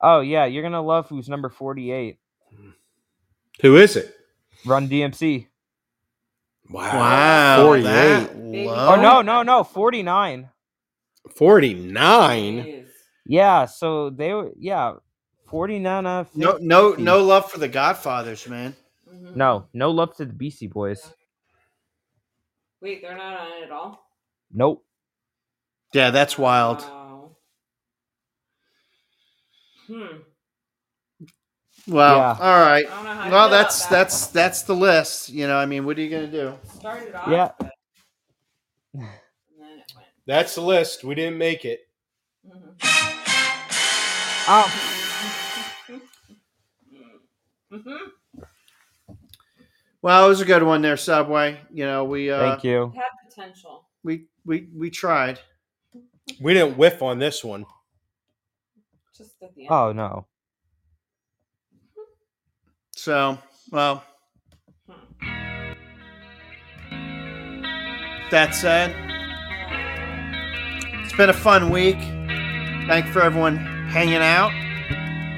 Oh, yeah, you're going to love who's number 48. Who is it? Run DMC. Wow, 48. that Oh, low? Or no, no, no, 49. 49. Jeez. Yeah, so they were, yeah, 49. out of no, 50. no, no love for the Godfathers, man. Mhm. No, no love to the Beastie Boys. Wait, they're not on it at all? Nope. Yeah, that's wild. Wow. Hmm. Well, Yeah. all I right. don't know how I feel Well, about that's that. that's that's the list. You know, I mean, what are you gonna do? started off. Yeah. but- And then it went. That's the list. We didn't make it. Mhm. Oh, Mhm. Well, it was a good one there, Subway. You know, we uh, thank you. It Had potential. we we we tried. We didn't whiff on this one. Just at the end. Oh, no. So, well, Hmm. that said, it's been a fun week. Thank you for everyone hanging out.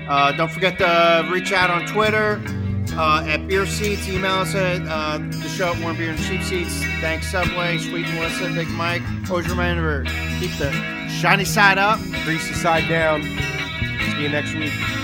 Uh, don't forget to reach out on Twitter uh, at Beer Seats. Email us at uh, the show at Warm Beer and Cheap Seats. Thanks, Subway, Sweet Melissa, Big Mike. Always remember keep the shiny side up. Greasy side down. You you next week.